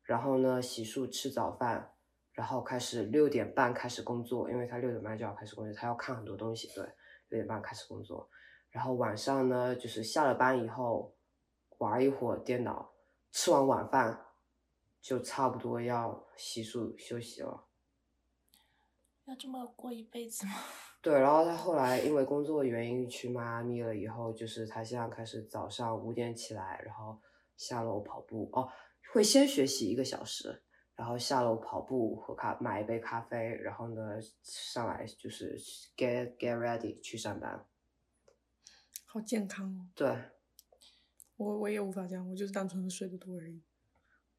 S2: 然后呢洗漱吃早饭，然后开始六点半开始工作，因为他六点半就要开始工作，他要看很多东西，对，六点半开始工作，然后晚上呢就是下了班以后玩一会儿电脑，吃完晚饭就差不多要洗漱休息了。
S1: 要这么过一辈子吗？
S2: 对，然后他后来因为工作原因去迈阿密了以后，就是他现在开始早上五点起来，然后下楼跑步哦，会先学习一个小时，然后下楼跑步喝咖买一杯咖啡，然后呢上来就是 get get ready 去上班。
S3: 好健康哦。
S2: 对，
S3: 我我也无法这样，我就是单纯的睡得多而已。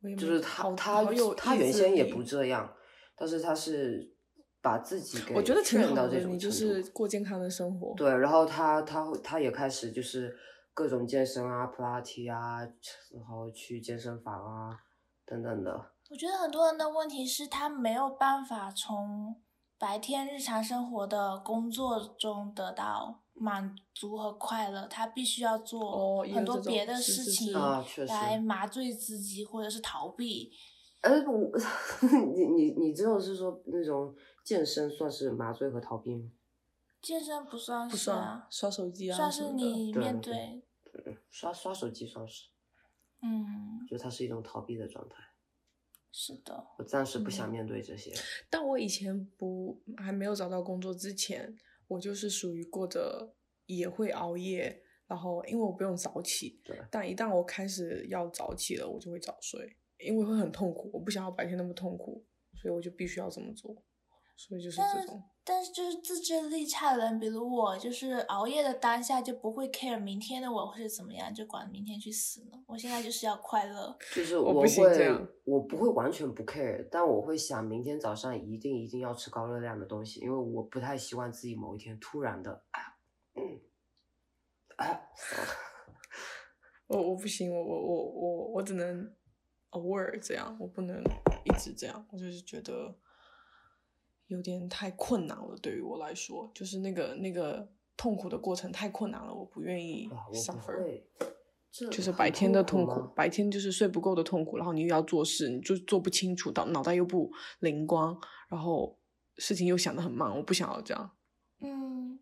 S3: 我也没
S2: 就是他
S3: 好
S2: 他
S3: 好有
S2: 他
S3: 意
S2: 原
S3: 志
S2: 先也
S3: 力
S2: 不这样，但是他是把自己给
S3: 我觉得挺
S2: 劝
S3: 好
S2: 到
S3: 的
S2: 这，种
S3: 你就
S2: 程度
S3: 是过健康的生活。
S2: 对，然后他他他也开始就是各种健身啊、普拉提啊，然后去健身房啊等等的。
S1: 我觉得很多人的问题是他没有办法从白天日常生活的工作中得到满足和快乐，他必须要做
S3: 哦也有
S1: 很多
S3: 这种
S1: 别的事
S3: 是是是
S1: 情
S2: 啊确实
S1: 来麻醉自己或者是逃避。
S2: 呃，我 (laughs) 你你你这种是说那种健身算是麻醉和逃避吗？
S1: 健身不算
S3: 不
S1: 是
S3: 算
S1: 啊，
S3: 刷手机啊，
S1: 算是。你
S2: 对
S1: 面
S2: 对
S1: 对，
S2: 嗯，刷刷手机算是，
S1: 嗯，
S2: 就它是一种逃避的状态。
S1: 是的，
S2: 我暂时不想
S3: 嗯
S2: 面对这些。
S3: 但我以前不还没有找到工作之前，我就是属于过着也会熬夜，然后因为我不用早起，
S2: 对，
S3: 但一旦我开始要早起了，我就会早睡，因为会很痛苦，我不想要白天那么痛苦，所以我就必须要这么做，所以就是
S1: 但
S3: 这
S1: 是
S3: 种。
S1: 但是就是自制力差的人，比如我，就是熬夜的当下就不会 care 明天的我会是怎么样，就管明天去死呢。我现在就是要快乐，
S2: 就是
S3: 我
S2: 我
S3: 不
S2: 会
S3: 行这样
S2: 我不会完全不 care，但我会想明天早上一定一定要吃高热量的东西，因为我不太希望自己某一天突然的
S3: 哎
S2: 啊，嗯，啊，
S3: 我我不行，我我我我我只能偶尔这样，我不能一直这样。我就是觉得有点太困难了，对于我来说，就是那个那个痛苦的过程太困难了，我不愿意
S2: 哇，啊我不
S3: suffer。
S2: 会，这
S3: 就是
S2: 很
S3: 白天的痛苦
S2: 吗，
S3: 白天就是睡不够的痛苦，然后你又要做事，你就做不清楚，脑脑袋又不灵光，然后事情又想得很慢，我不想要这样。
S1: 嗯，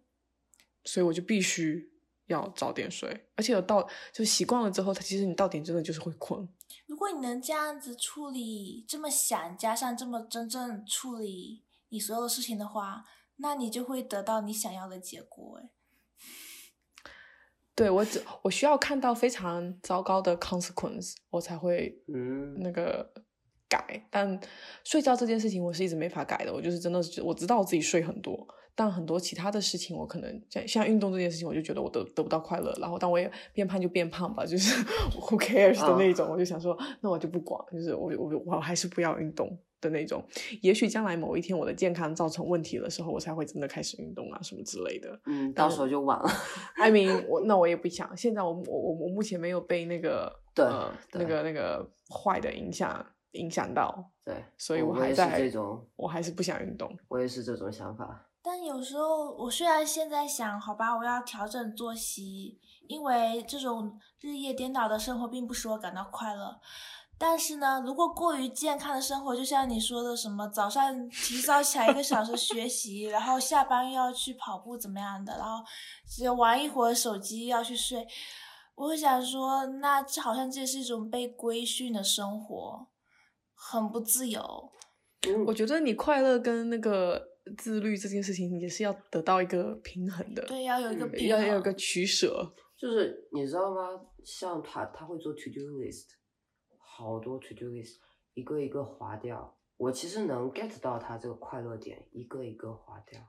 S3: 所以我就必须要早点睡，而且有到就习惯了之后，它其实你到点真的就是会困。
S1: 如果你能这样子处理，这么想加上这么真正处理你所有的事情的话，那你就会得到你想要的结果。哎，
S3: 对我只我需要看到非常糟糕的 consequence，我才会
S2: 嗯，
S3: 那个改。但睡觉这件事情我是一直没法改的，我就是真的是我知道自己睡很多，但很多其他的事情我可能像像运动这件事情，我就觉得我得得不到快乐，然后但我也变胖就变胖吧，就是 (laughs) who cares 的那种，我就想说那我就不管，就是我我我还是不要运动。的那种，也许将来某一天我的健康造成问题的时候，我才会真的开始运动啊什么之类的。
S2: 嗯，到时候就晚了。 (laughs)
S3: I mean，我那我也不想。现在我我我我目前没有被那个
S2: 对
S3: 呃
S2: 对
S3: 那个那个坏的影响影响到，
S2: 对，
S3: 所以
S2: 我
S3: 我
S2: 我
S3: 还
S2: 也是
S3: 在
S2: 这种，
S3: 我还是不想运动。
S2: 我也是这种想法。
S1: 但有时候我虽然现在想，好吧，我要调整作息，因为这种日夜颠倒的生活并不使我感到快乐。但是呢，如果过于健康的生活，就像你说的什么早上提早起来一个小时学习，然后下班又要去跑步怎么样的，然后只玩一会儿手机要去睡，我会想说，那这好像这是一种被规训的生活，很不自由。
S2: 嗯
S3: 我觉得你快乐跟那个自律这件事情也是要得到一个平衡的，
S1: 对，要有一个
S2: 嗯
S1: 平
S3: 要要有
S1: 衡
S3: 一个取舍。
S2: 就是你知道吗？像他他会做 to do list，好多 to do list，一个一个划掉。我其实能 get 到他这个快乐点，一个一个划掉。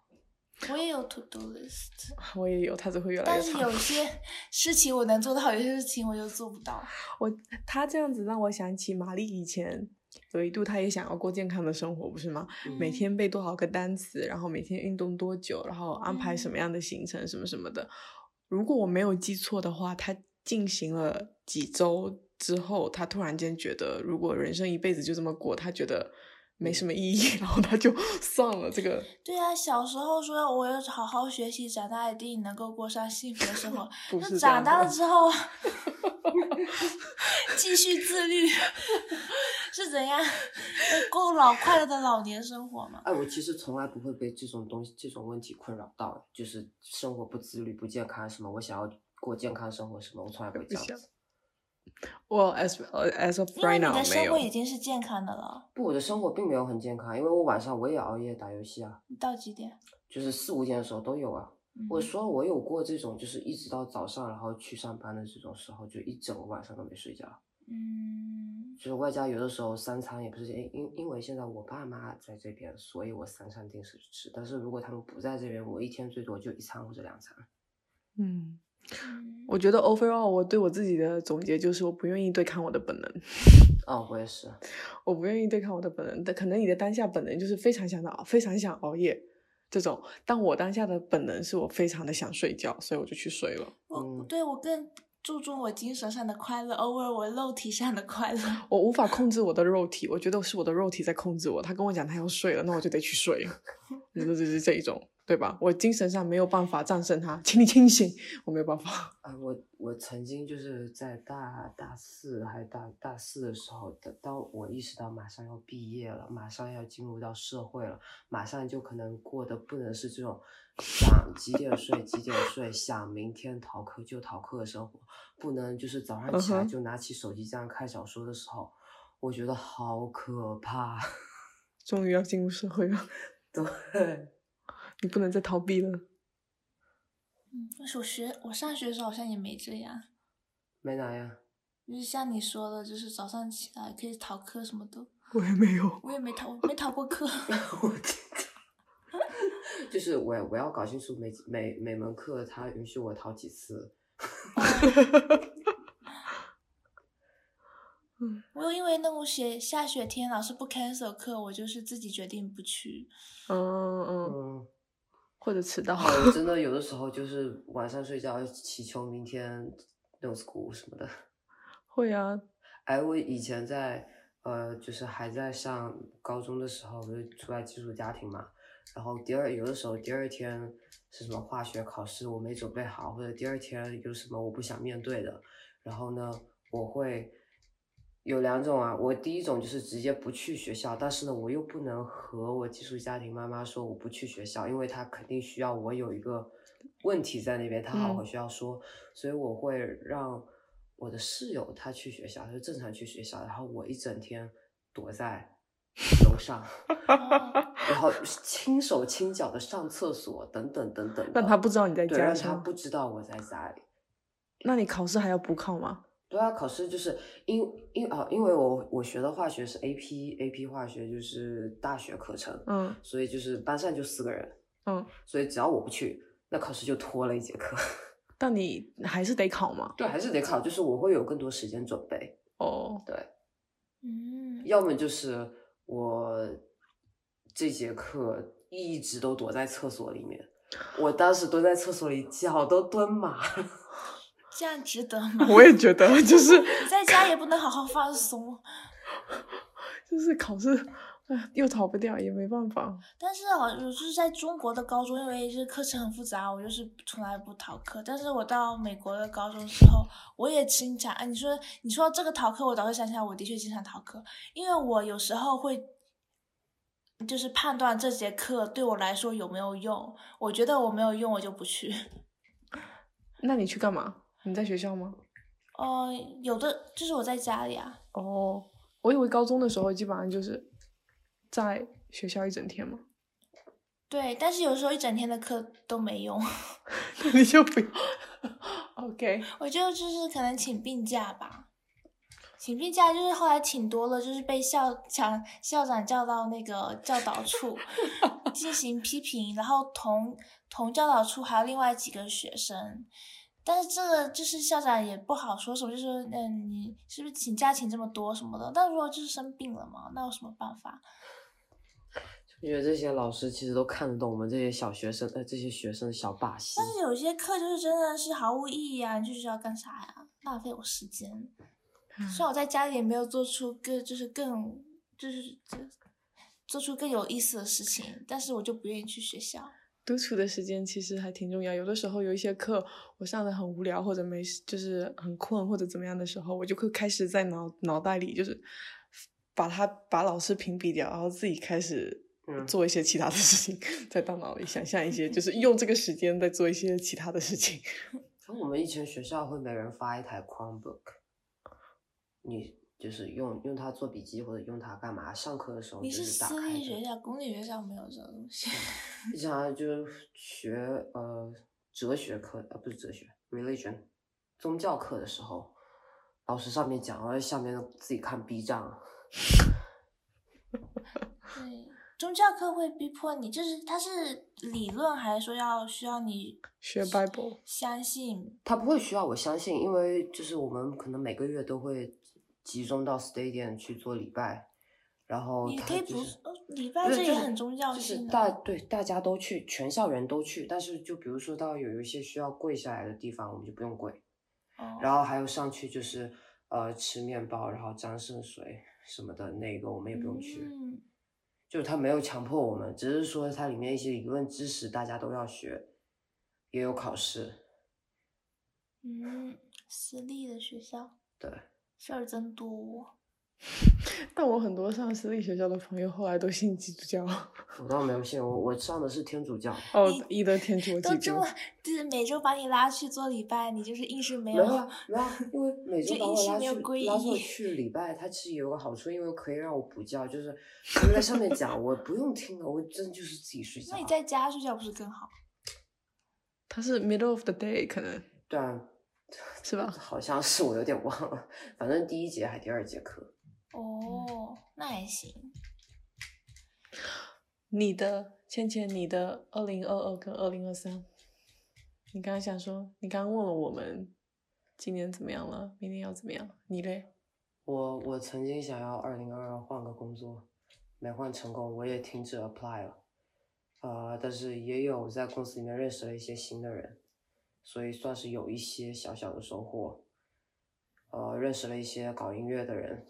S1: 我也有 to do list，
S3: 我也有，它只会越来
S1: 但
S3: 越
S1: 是
S3: 长。
S1: 有
S3: (laughs)
S1: 些事情我能做到，有些事情我就做不到。
S3: 我他这样子让我想起玛丽以前有一度，她也想要过健康的生活，不是吗？
S2: 嗯
S3: 每天背多少个单词，然后每天运动多久，然后安排什么
S1: 嗯
S3: 样的行程，什么什么的。如果我没有记错的话，她进行了几周之后，她突然间觉得，如果人生一辈子就这么过，她觉得没
S1: 嗯
S3: 什么意义，然后她就 (laughs) 算了
S1: (laughs)
S3: 这个。
S1: 对啊，小时候说我要好好学习，长大一定能够过上幸福的生活
S3: (laughs) 。不是
S1: 那
S3: 这
S1: 长
S3: 样
S1: 大了
S3: 的
S1: 之
S3: (laughs)
S1: 后，继续自律是怎样？过老快乐的老年生活嘛？
S2: 哎，我其实从来不会被这种东西、这种问题困扰到，就是生活不自律、不健康什么，我想要过健康生活什么，我从来不会这样
S3: 不
S2: 子。
S3: Well, as 呃 as of
S1: 因为
S3: right
S1: 你
S3: now，
S1: 的
S3: 没
S1: 生
S3: 有
S1: 活已经是健康的了。
S2: 不，我的生活并没有很健康，因为我晚上我也熬夜打游戏啊，
S1: 你到几点？
S2: 就是四五点的时候都有啊。
S1: 嗯
S2: 我说我有过这种，就是一直到早上然后去上班的这种时候，就一整个晚上都没睡觉。
S1: 嗯，
S2: 就是外加有的时候三餐也不是因因因为现在我爸妈在这边，所以我三餐定时吃。但是如果他们不在这边，我一天最多就一餐或者两餐。
S3: 嗯，
S1: 嗯
S3: 我觉得 overall 我对我自己的总结就是，我不愿意对抗我的本能。
S2: 哦，我也是，
S3: 我不愿意对抗我的本能，但可能你的当下本能就是非常想熬，非常想熬夜这种。但我当下的本能是我非常的想睡觉，所以我就去睡了。
S1: 我
S2: 嗯
S1: 对我更注重我精神上的快乐，偶尔我肉体上的快乐。
S3: 我无法控制我的肉体，我觉得是我的肉体在控制我。他跟我讲他要睡了，那我就得去睡，就是这一种，对吧？我精神上没有办法战胜他，请你清醒，我没有办法。 (laughs)
S2: 啊，我我曾经就是在大大四还大大四的时候，等到我意识到马上要毕业了，马上要进入到社会了，马上就可能过得不能是这种想几点睡几点睡，想明天逃课就逃课的生活，不能就是早上起来
S3: 嗯哼
S2: 就拿起手机这样看小说的时候，我觉得好可
S3: (laughs)
S2: 怕。 (laughs)
S3: 终于要进入社会了，
S2: 对，
S3: 你不能再逃避了。
S1: 嗯，但是我学我上学的时候好像也没这样，
S2: 没哪样。
S1: 就是像你说的，就是早上起来可以逃课什么的，
S3: 我也没有，
S1: 我也没逃，没逃过课。 (laughs)
S2: (laughs) 我知道，就是我我要搞清楚每每每门课他允许我逃几次。
S1: 我有因为那种雪下雪天老师不 cancel 课，我就是自己决定不去。
S3: 嗯嗯，
S2: 嗯，
S3: 或者迟到。
S2: 我真的有的时候就是晚上睡觉祈求明天 no school 什么的。
S3: 会啊，
S2: 哎，我以前在呃，就是还在上高中的时候，不是住在寄宿家庭嘛，然后第二有的时候第二天是什么化学考试我没准备好，或者第二天有什么我不想面对的，然后呢，我会有两种啊，我第一种就是直接不去学校，但是呢，我又不能和我寄宿家庭妈妈说我不去学校，因为她肯定需要我有一个问题在那边，她好
S3: 嗯
S2: 回学校说，所以我会让我的室友他去学校，他就正常去学校，然后我一整天躲在楼上，
S1: 哦
S2: 然后轻手轻脚的上厕所等等等等的，
S3: 但他不知道你在
S2: 对，
S3: 家
S2: 让
S3: 是
S2: 他
S3: 吗？
S2: 不知道我在家里。
S3: 那你考试还要补考吗？
S2: 对啊，考试就是因因啊，因为我我学的化学是 A P A P 化学，就是大学课程，
S3: 嗯
S2: 所以就是班上就四个人，
S3: 嗯，
S2: 所以只要我不去，那考试就拖了一节课。
S3: 但你还是得考嘛。
S2: 对，还是得考，就是我会有更多时间准备。
S3: 哦，
S2: 对，
S1: 嗯，
S2: 要么就是我这节课一直都躲在厕所里面，我当时蹲在厕所里，脚都蹲麻了。
S1: 这样值得吗？
S3: 我也觉得， (laughs) 就是
S1: 你在家也不能好好放松。
S3: 就是考试，哎，又逃不掉，也没办法。
S1: 但是好像就是在中国的高中，因为这个课程很复杂，我就是从来不逃课。但是我到美国的高中之后，我也经常，啊，你说你说这个逃课，我倒是想起来，我的确经常逃课，因为我有时候会。就是判断这节课对我来说有没有用，我觉得我没有用，我就不去。
S3: 那你去干嘛？你在学校吗？
S1: 哦、有的就是我在家里啊，
S3: 哦，我以为高中的时候基本上就是在学校一整天嘛，
S1: 对，但是有时候一整天的课都没用，
S3: (laughs) 那你就不要。OK，
S1: 我就就是可能请病假吧，请病假就是后来请多了，就是被校长校长叫到那个教导处进行批评，然后同同教导处还有另外几个学生，但是这个就是校长也不好说什么，就说嗯你是不是请假请这么多什么的，但如果就是生病了嘛，那有什么办法？
S2: 因为这些老师其实都看得懂我们这些小学生，呃，这些学生的小把戏
S1: 但。是有些课就是真的是毫无意义啊！你去学校干啥呀？浪费我时间。
S2: 嗯
S1: 虽然我在家里也没有做出更就是更就是这做出更有意思的事情，但是我就不愿意去学校。
S3: 独处的时间其实还挺重要。有的时候有一些课我上的很无聊，或者没事就是很困或者怎么样的时候，我就会开始在脑脑袋里就是把它把老师屏蔽掉，然后自己开始
S2: 嗯
S3: 做一些其他的事情， (laughs) 在大脑里想象一些，就是用这个时间在做一些其他的事情。
S2: 我们以前学校会每人发一台 Chromebook，你就是用用它做笔记或者用它干嘛？上课的时候
S1: 你
S2: 就是打
S1: 私
S2: 开
S1: 立
S2: 它
S1: 学校，公立学校没有这种东
S2: (laughs)
S1: 西。
S2: 你想要就是学呃哲学课，呃不是哲学，religion，宗教课的时候，老师上面讲，然后下面自己看 B 站啊。
S1: 对，宗教课会逼迫你，就是它是理论还是说要需要你
S3: 学 Bible，
S1: 相信？
S2: 他不会需要我相信，因为就是我们可能每个月都会集中到 stadium 去做礼拜，然后
S1: 你
S2: 他
S1: 可以
S2: 哦就
S1: 不
S2: 是
S1: 呃礼拜
S2: 不是
S1: 这
S2: 就
S1: 也
S2: 是
S1: 很宗教
S2: 就是
S1: 性的
S2: 大对大家都去，全校人都去，但是就比如说到有一些需要跪下来的地方，我们就不用跪，
S1: 哦
S2: 然后还有上去就是呃吃面包，然后沾圣水什么的，那个我们也不用去，
S1: 嗯
S2: 就是他没有强迫我们，只是说它里面一些理论知识大家都要学，也有考试，
S1: 嗯，私立的学校
S2: 对，
S1: 事儿真多。
S3: 但我很多上私立学校的朋友后来都信基督教，
S2: 我倒没有信，我我上的是天主教，
S3: 哦
S1: 你，
S3: 一的天主，我
S1: 都
S3: 记
S1: 这
S3: 住
S1: 么，就是每周把你拉去做礼拜，你就是硬是没
S2: 没有
S1: 有。 (laughs)
S2: 啊没有啊，因为每周
S1: 就
S2: 把
S1: 哎一直
S2: 我拉
S1: 没
S2: 去
S1: 有皈
S2: 拉我
S1: 依
S2: 去礼拜，它其实有个好处，因为可以让我补觉，就是他们在上面讲，我不用听了，我真就是自己睡觉。
S1: 那你在家睡觉不是更
S2: 嗯
S1: 好？
S3: 他是 middle of the day 可能
S2: 对啊，
S3: 是
S1: 嗯
S3: 吧？
S2: 好像是我有点忘了，反正第一节还第二节课，
S1: 哦，那还行。
S3: 你的倩倩，你的二零二二跟二零二三，你刚刚想说，你刚刚问了我们今年怎么样了，明年要怎么样？你嘞？
S2: 我我曾经想要二零二二换个工作，没换成功，我也停止 apply 了，呃，但是也有在公司里面认识了一些新的人，所以算是有一些小小的收获，呃，认识了一些搞音乐的人，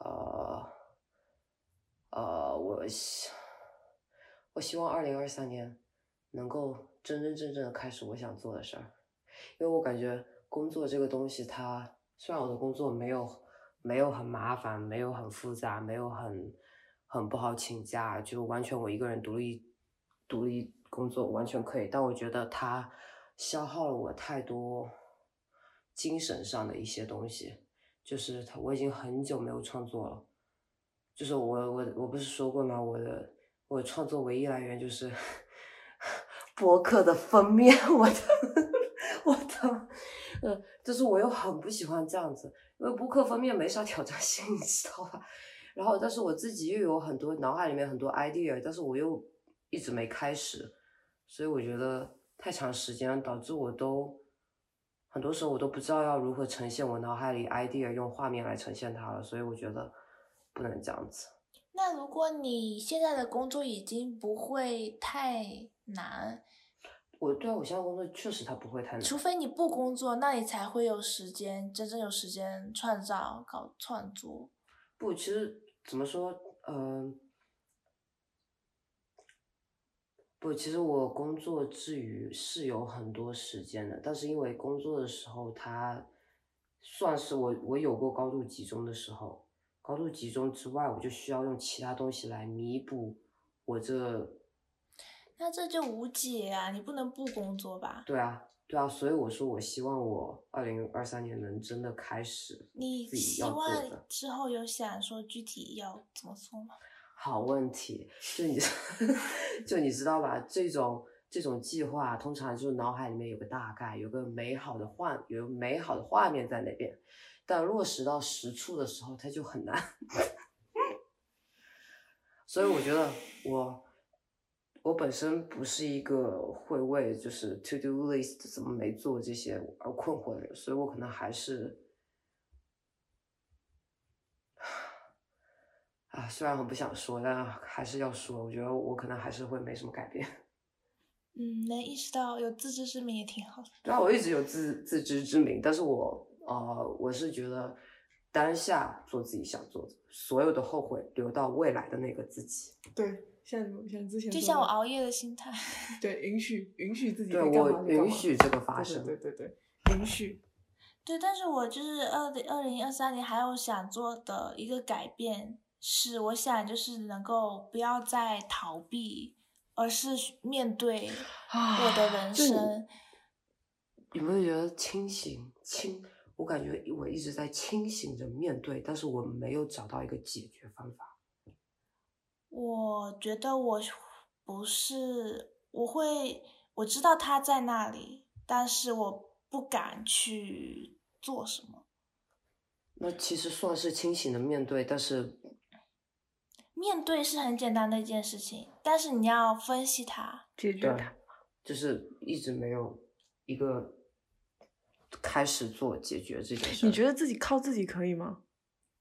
S2: 呃，呃，我希我希望二零二三年能够真真正正的开始我想做的事儿。因为我感觉工作这个东西它，虽然我的工作没有没有很麻烦，没有很复杂，没有很很不好请假，就完全我一个人独立独立工作完全可以，但我觉得它消耗了我太多精神上的一些东西，就是它我已经很久没有创作了，就是我我我不是说过吗？我的我创作唯一来源就是 (laughs) 博客的封面，我的我的，呃，就是我又很不喜欢这样子，因为博客封面没啥挑战性， (laughs) 你知道吧？然后，但是我自己又有很多脑海里面很多 idea，但是我又一直没开始，所以我觉得太长时间了导致我都很多时候我都不知道要如何呈现我脑海里 idea，用画面来呈现它了，所以我觉得不能这样子。
S1: 那如果你现在的工作已经不会太难，
S2: 我对啊我现在工作确实它不会太难，
S1: 除非你不工作，那你才会有时间真正有时间创造、搞创作。
S2: 不，其实怎么说，嗯、不，其实我工作之余是有很多时间的，但是因为工作的时候，它算是我我有过高度集中的时候，高度集中之外，我就需要用其他东西来弥补我这
S1: 那这就无解啊！你不能不工作吧？
S2: 对啊对啊，所以我说我希望我二零二三年能真的开始
S1: 你
S2: 自己
S1: 希
S2: 要做
S1: 望
S2: 的。
S1: 之后有想说具体要怎么做吗？
S2: 好问题，就你， (laughs) 就你知道吧？这种这种计划，通常就是脑海里面有个大概，有个美好的画，有个美好的画面在那边，但落实到实处的时候，它就很难。 (laughs) 所以我觉得我，我本身不是一个会为就是 to do list 怎么没做这些而困惑的人，所以我可能还是啊，虽然很不想说，但还是要说。我觉得我可能还是会没什么改变。
S1: 嗯，能意识到有自知之明也挺好的。
S2: 对啊，我一直有自自知之明，但是我呃，我是觉得当下做自己想做的，所有的后悔留到未来的那个自己。
S3: 对，像像之前
S1: 就
S3: 说
S1: 像我
S3: 的
S1: 熬夜的心态， (laughs)
S3: 对，允许允许自己
S2: 对
S3: 该干嘛
S2: 我
S3: 就干
S2: 允
S3: 嘛
S2: 许这个发
S3: 对
S2: 生。
S3: 对对对对，允许。
S1: 对。但是我就是二零二零二三年还有想做的一个改变，是我想就是能够不要再逃避，而是面对
S3: 啊
S1: 我的人
S2: 啊就你
S1: 生。
S2: 你们觉得清醒清？我感觉我一直在清醒着面对，但是我没有找到一个解决方法。
S1: 我觉得我不是，我会我知道他在那里，但是我不敢去做什么。
S2: 那其实算是清醒的面对，但是
S1: 面对是很简单的一件事情，但是你要分析它。
S3: 解
S2: 对啊，就是一直没有一个开始做解决这件事儿。
S3: 你觉得自己靠自己可以吗？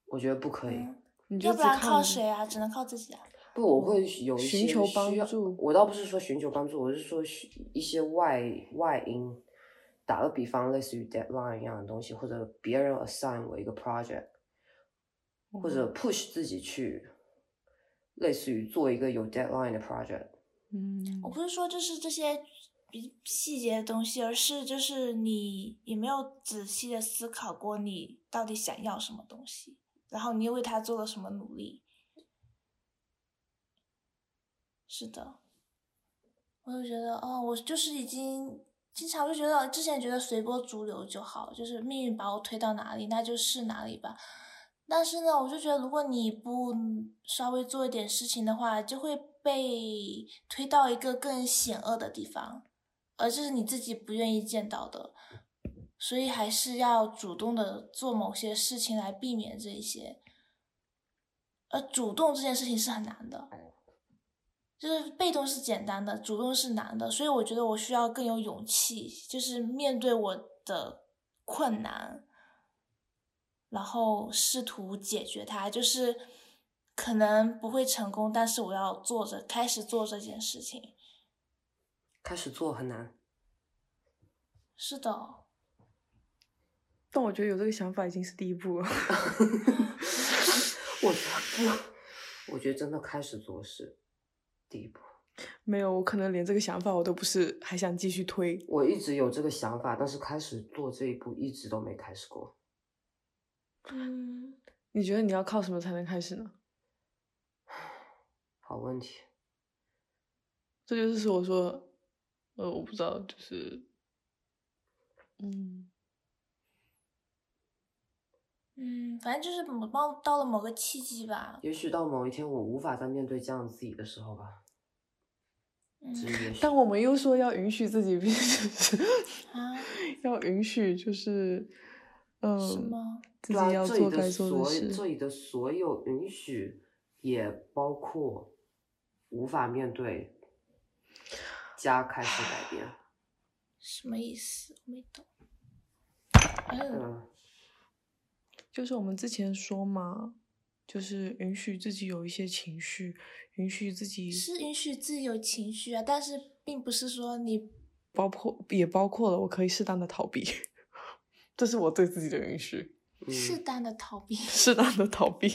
S2: 我觉得不可以。
S1: 嗯
S3: 你觉
S1: 要
S3: 得
S1: 不
S3: 自己
S1: 然靠
S3: 自己
S1: 谁？啊？只能靠自己啊。
S2: 不，我会有一些
S3: 寻求
S2: 需要
S3: 帮助
S2: 我倒不是说寻求帮助，我是说需一些外外因，打个比方，类似于 deadline 一样的东西，或者别人 assign 我一个 project，或者
S3: 哦
S2: push 自己去，类似于做一个有 deadline 的 project。
S3: 嗯
S1: 我不是说就是这些比细节的东西，而是就是你也没有仔细的思考过你到底想要什么东西，然后你又为他做了什么努力。是的，我就觉得哦，我就是已经经常就觉得之前觉得随波逐流就好，就是命运把我推到哪里，那就是哪里吧。但是呢，我就觉得，如果你不稍微做一点事情的话，就会被推到一个更险恶的地方，而这是你自己不愿意见到的。所以还是要主动的做某些事情来避免这一些。而主动这件事情是很难的，就是被动是简单的，主动是难的。所以我觉得我需要更有勇气，就是面对我的困难。然后试图解决它，就是可能不会成功，但是我要做着开始做这件事情。
S2: 开始做很难，
S1: 是的，
S3: 但我觉得有这个想法已经是第一步了。 (laughs)
S2: 我觉得不，我觉得真的开始做是第一步。
S3: 没有，我可能连这个想法我都不是，还想继续推。
S2: 我一直有这个想法，但是开始做这一步一直都没开始过。
S1: 嗯，
S3: 你觉得你要靠什么才能开始呢？
S2: 好问题，
S3: 这就是我说，呃，我不知道，就是，嗯，
S1: 嗯，反正就是某到到了某个契机吧。
S2: 也许到某一天我无法再面对这样自己的时候吧，
S1: 嗯
S2: 这也许。
S3: 但我们又说要允许自己， (laughs) 就是
S1: 啊，
S3: 要允许，就是，嗯、
S1: 是吗？
S3: 自
S2: 对啊
S3: 己要
S2: 这里
S3: 做
S2: 的
S3: 该
S2: 所
S3: 做
S2: 有
S3: 的事。
S2: 这里的所有允许，也包括无法面对加开始改变。
S1: 什么意思？我没懂。嗯，
S2: 嗯，
S3: 就是我们之前说嘛，就是允许自己有一些情绪，允许自己
S1: 是允许自己有情绪啊，但是并不是说你
S3: 包括也包括了我可以适当的逃避， (laughs) 这是我对自己的允许，
S2: 嗯
S1: 适当的逃避。
S3: 适当的逃避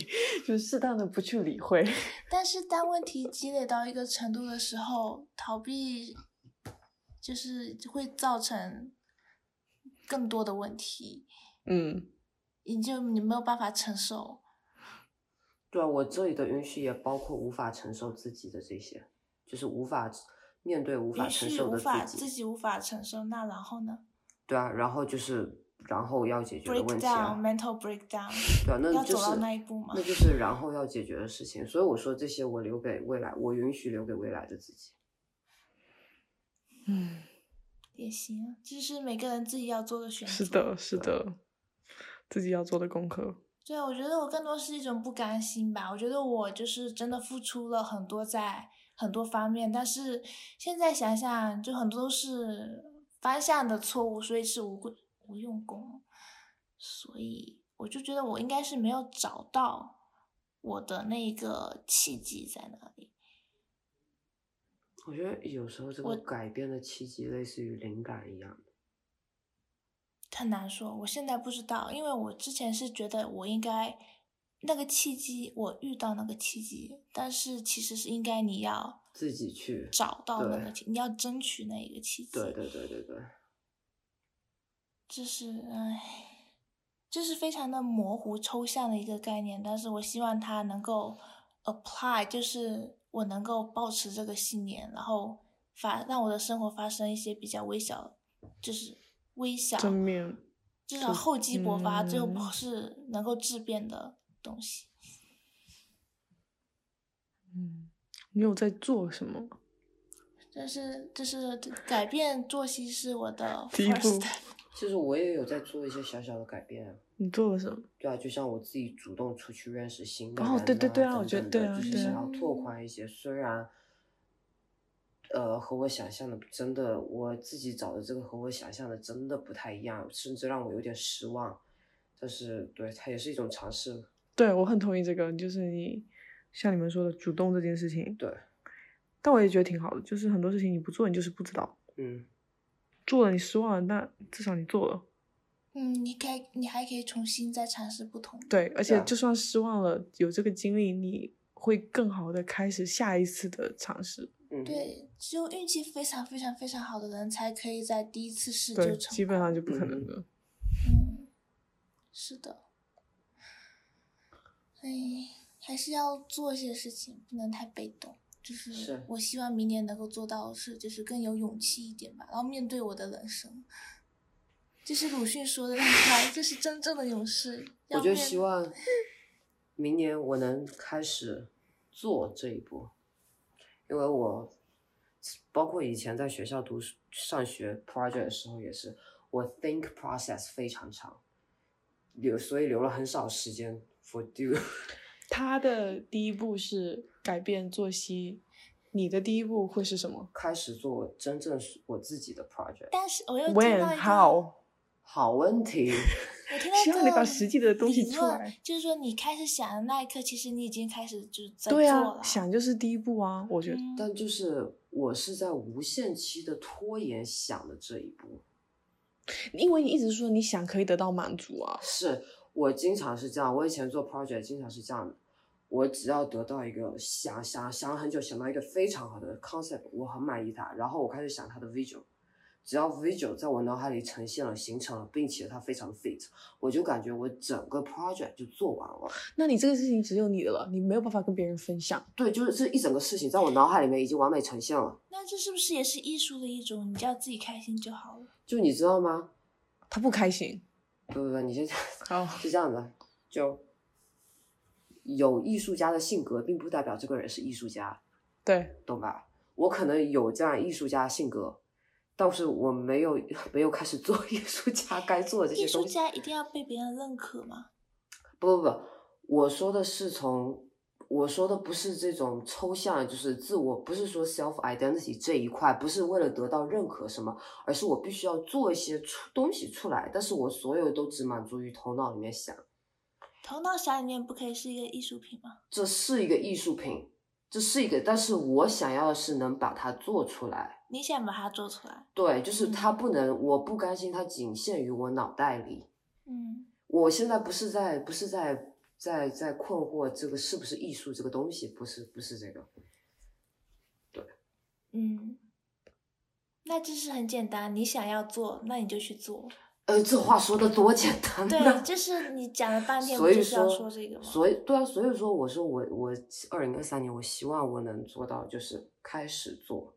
S3: 就是适当的不去理会。
S1: 但是当问题积累到一个程度的时候，逃避就是会造成更多的问题，
S3: 嗯，
S1: 你就你没有办法承受。
S2: 对啊，我这里的允许也包括无法承受自己的这些，就是无法面对无法
S1: 允
S2: 承
S1: 许
S2: 受
S1: 无
S2: 的
S1: 法
S2: 己。
S1: 自己无法承受，那然后呢
S2: 对啊，然后就是然后要解决的问题啊。
S1: ？breakdown mental breakdown，
S2: (laughs) 对啊，那
S1: 要
S2: 就
S1: 走到
S2: 是
S1: 那一步吗
S2: 那就是然后要解决的事情。所以我说这些我留给未来，我允许留给未来的自己。
S3: 嗯，
S1: 也行啊，这是每个人自己要做的选择。
S3: 是的，是的，自己要做的功课。
S1: 对，我觉得我更多是一种不甘心吧。我觉得我就是真的付出了很多在很多方面，但是现在想想，就很多都是方向的错误，所以是无功无用功。所以我就觉得我应该是没有找到我的那个契机在哪里。
S2: 我觉得有时候这
S1: 我
S2: 个改变的契机类似于灵感一样，
S1: 很难说，我现在不知道，因为我之前是觉得我应该那个契机，我遇到那个契机，但是其实是应该你要。
S2: 自己去。
S1: 找到那
S2: 对
S1: 个契，你要争取那一个契机。
S2: 对对对对对，
S1: 就是唉，这是非常的模糊抽象的一个概念，但是我希望它能够 apply，就是我能够保持这个信念，然后发让我的生活发生一些比较微小，就是微小，
S3: 正面，
S1: 至少厚积薄发，最后不
S3: 嗯
S1: 是能够质变的东西。
S3: 嗯，你有在做什么吗？
S1: 这是这是改变作息是我的
S3: 第一步
S1: first，step
S2: 其实我也有在做一些小小的改变，
S3: 你做了什么？
S2: 对啊，就像我自己主动出去认识新的
S3: 哦
S2: 人、
S3: 对对对啊我
S2: 等
S3: 觉得
S2: 等
S3: 对
S2: 的
S3: 啊
S2: 就是
S1: 对啊
S2: 想要拓宽一些，虽然。呃，和我想象的真的，我自己找的这个和我想象的真的不太一样，甚至让我有点失望。但是，对它也是一种尝试。
S3: 对我很同意这个，就是你像你们说的主动这件事情，
S2: 对，
S3: 但我也觉得挺好的，就是很多事情你不做，你就是不知道。
S2: 嗯，
S3: 做了你失望了，那至少你做了。
S1: 嗯，你可以，你还可以重新再尝试不同的。
S3: 对，而且
S2: 啊
S3: 就算失望了，有这个经历，你会更好的开始下一次的尝试。
S2: 嗯，，
S1: 对，只有运气非常非常非常好的人才可以在第一次试就
S3: 对，
S1: 成功。
S3: 基本上就不可能
S2: 嗯
S3: 的。
S1: 嗯，是的。哎，还是要做一些事情，不能太被动。就是
S2: 是
S1: 我希望明年能够做到的是，就是更有勇气一点吧，然后面对我的人生。就是鲁迅说的那句话，这是真正的勇士。
S2: 我
S1: 要
S2: 就
S1: 面
S2: 希望明年我能开始做这一步，因为我包括以前在学校读书、上学 project 的时候也是，我 think process 非常长，留所以留了很少时间 for (laughs) do。
S3: 他的第一步是改变作息，你的第一步会是什么
S2: 开始做我真正是我自己的 project。
S1: 但是我又听到
S3: ？When
S1: 一个，
S3: how？
S2: 好问题， (laughs)
S1: 我听
S3: 希
S1: 到
S3: 望
S1: 一
S3: 你
S1: 个
S3: 把实际的东西
S1: 理
S3: 出
S1: 论
S3: 来。
S1: 就是说你开始想的那一刻，其实你已经开始就是在做
S3: 对
S1: 了。
S3: 啊，想就是第一步啊，我觉得。
S1: 嗯
S2: 但就是我是在无限期的拖延想的这一步。
S3: 因为你一直说你想可以得到满足啊，
S2: 是我经常是这样，我以前做 project 经常是这样的，我只要得到一个想想想了很久，想到一个非常好的 concept，我很满意它，然后我开始想它的 visual，只要 visual 在我脑海里呈现了、形成了，并且它非常 fit，我就感觉我整个 project 就做完了。
S3: 那你这个事情只有你的了，你没有办法跟别人分享。
S2: 对，就是这一整个事情在我脑海里面已经完美呈现了。
S1: 那这是不是也是艺术的一种？你只要自己开心就好了。
S2: 就你知道吗？
S3: 他不开心，
S2: 不不不，你先讲，
S3: 好，
S2: (laughs) 是这样的，就有艺术家的性格，并不代表这个人是艺术家，
S3: 对，
S2: 懂吧？我可能有这样艺术家的性格，但是我没有 (laughs) 没有开始做艺术家该做的这
S1: 艺
S2: 些东
S1: 术
S2: 西。
S1: 家一定要被别人认可吗？
S2: 不不不，我说的是从。我说的不是这种抽象，就是自我，不是说 self identity 这一块，不是为了得到认可什么，而是我必须要做一些出东西出来，但是我所有都只满足于头脑里面想。
S1: 头脑想里面不可以是一个艺术品吗？
S2: 这是一个艺术品，这是一个，但是我想要的是能把它做出来。
S1: 你想把它做出来，
S2: 对，就是
S1: 嗯
S2: 它不能，我不甘心它仅限于我脑袋里。
S1: 嗯，
S2: 我现在不是在，不是在，在在困惑这个是不是艺术这个东西，不是，不是这个。
S1: 嗯，那这是很简单，你想要做，那你就去
S2: (laughs)
S1: 做。
S2: 呃，这话说的多简单
S1: 对，
S2: 呐！
S1: 这是你讲了半天，不
S2: 所以
S1: 就是要说
S2: 说，
S1: 这个吗？
S2: 所以对啊，所以说我说我我二零二三年，我希望我能做到，就是开始做。 (laughs)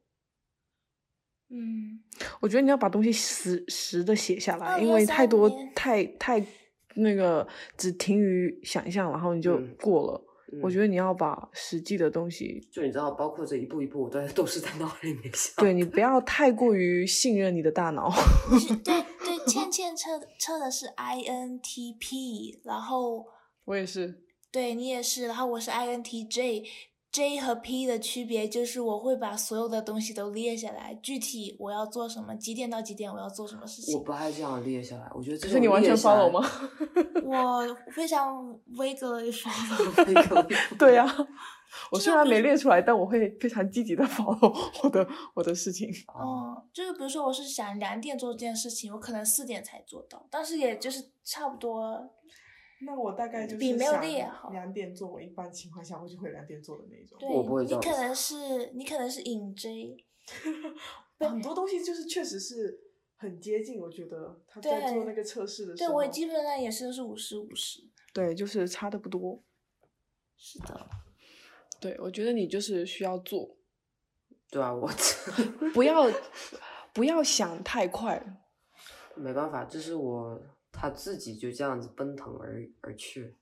S1: 嗯，
S3: 我觉得你要把东西实实的写下来，
S1: 2023
S3: 因为太多
S1: 年
S3: 太太那个只停于想象，然后你就
S2: 嗯
S3: 过了。我觉
S2: 得，
S3: 得你要把实际的东西，
S2: 就你知道，包括这一步一步，我都都是在脑海里面想。
S3: 对你不要太过于信任你的大脑。 (laughs)
S1: 你是对对， (laughs) 倩倩测测的是 INTP，然后
S3: 我也是，
S1: 对你也是，然后我是 INTJ。J 和 P 的区别就是我会把所有的东西都列下来，具体我要做什么，几点到几点我要做什么事
S2: 我
S1: 情。
S2: 不爱这样列下来，我觉得这
S3: 可是你完全
S2: (laughs)
S3: follow 吗？
S1: (laughs) 我非常 vaguely
S2: 啊
S1: follow，
S3: 对
S2: 对
S1: (laughs)
S3: 呀、我虽然没列出来，但我会非常积极的 (laughs) follow 我的我的事情。
S1: 嗯，就是比如说我是想两点做这件事情，我可能四点才做到，但是也就是差不多。
S3: 那我大概就是
S1: 比没有想列好
S3: 两点做，我一般情况下我就会两点做的那一种
S1: 对，
S2: 我不会这
S1: 你
S2: 样
S1: 可
S2: 子
S1: 能是你可能是引 J，
S3: 很多东西就是确实是很接近，我觉得他
S1: 在做对那
S3: 个测试的
S1: 对我基本上也是是五十五十。
S3: 对，就是差的不多。
S1: 是的，
S3: 对，我觉得你就是需要做，
S2: 对啊，我 (laughs)
S3: 不
S1: (laughs)
S3: 要不要想太快。
S2: 没办法，这是我他自己就这样子奔腾而而去。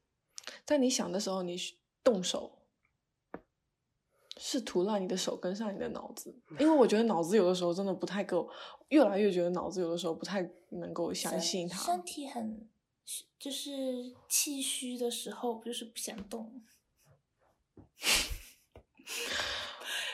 S3: 在你想的时候，你需动手，试图让你的手跟上你的脑子，因为我觉得脑子有的时候真的不太够，越来越觉得脑子有的时候不太能够相
S1: 身
S3: 信它
S1: 身。体很就是气虚的时候，不就是不想动。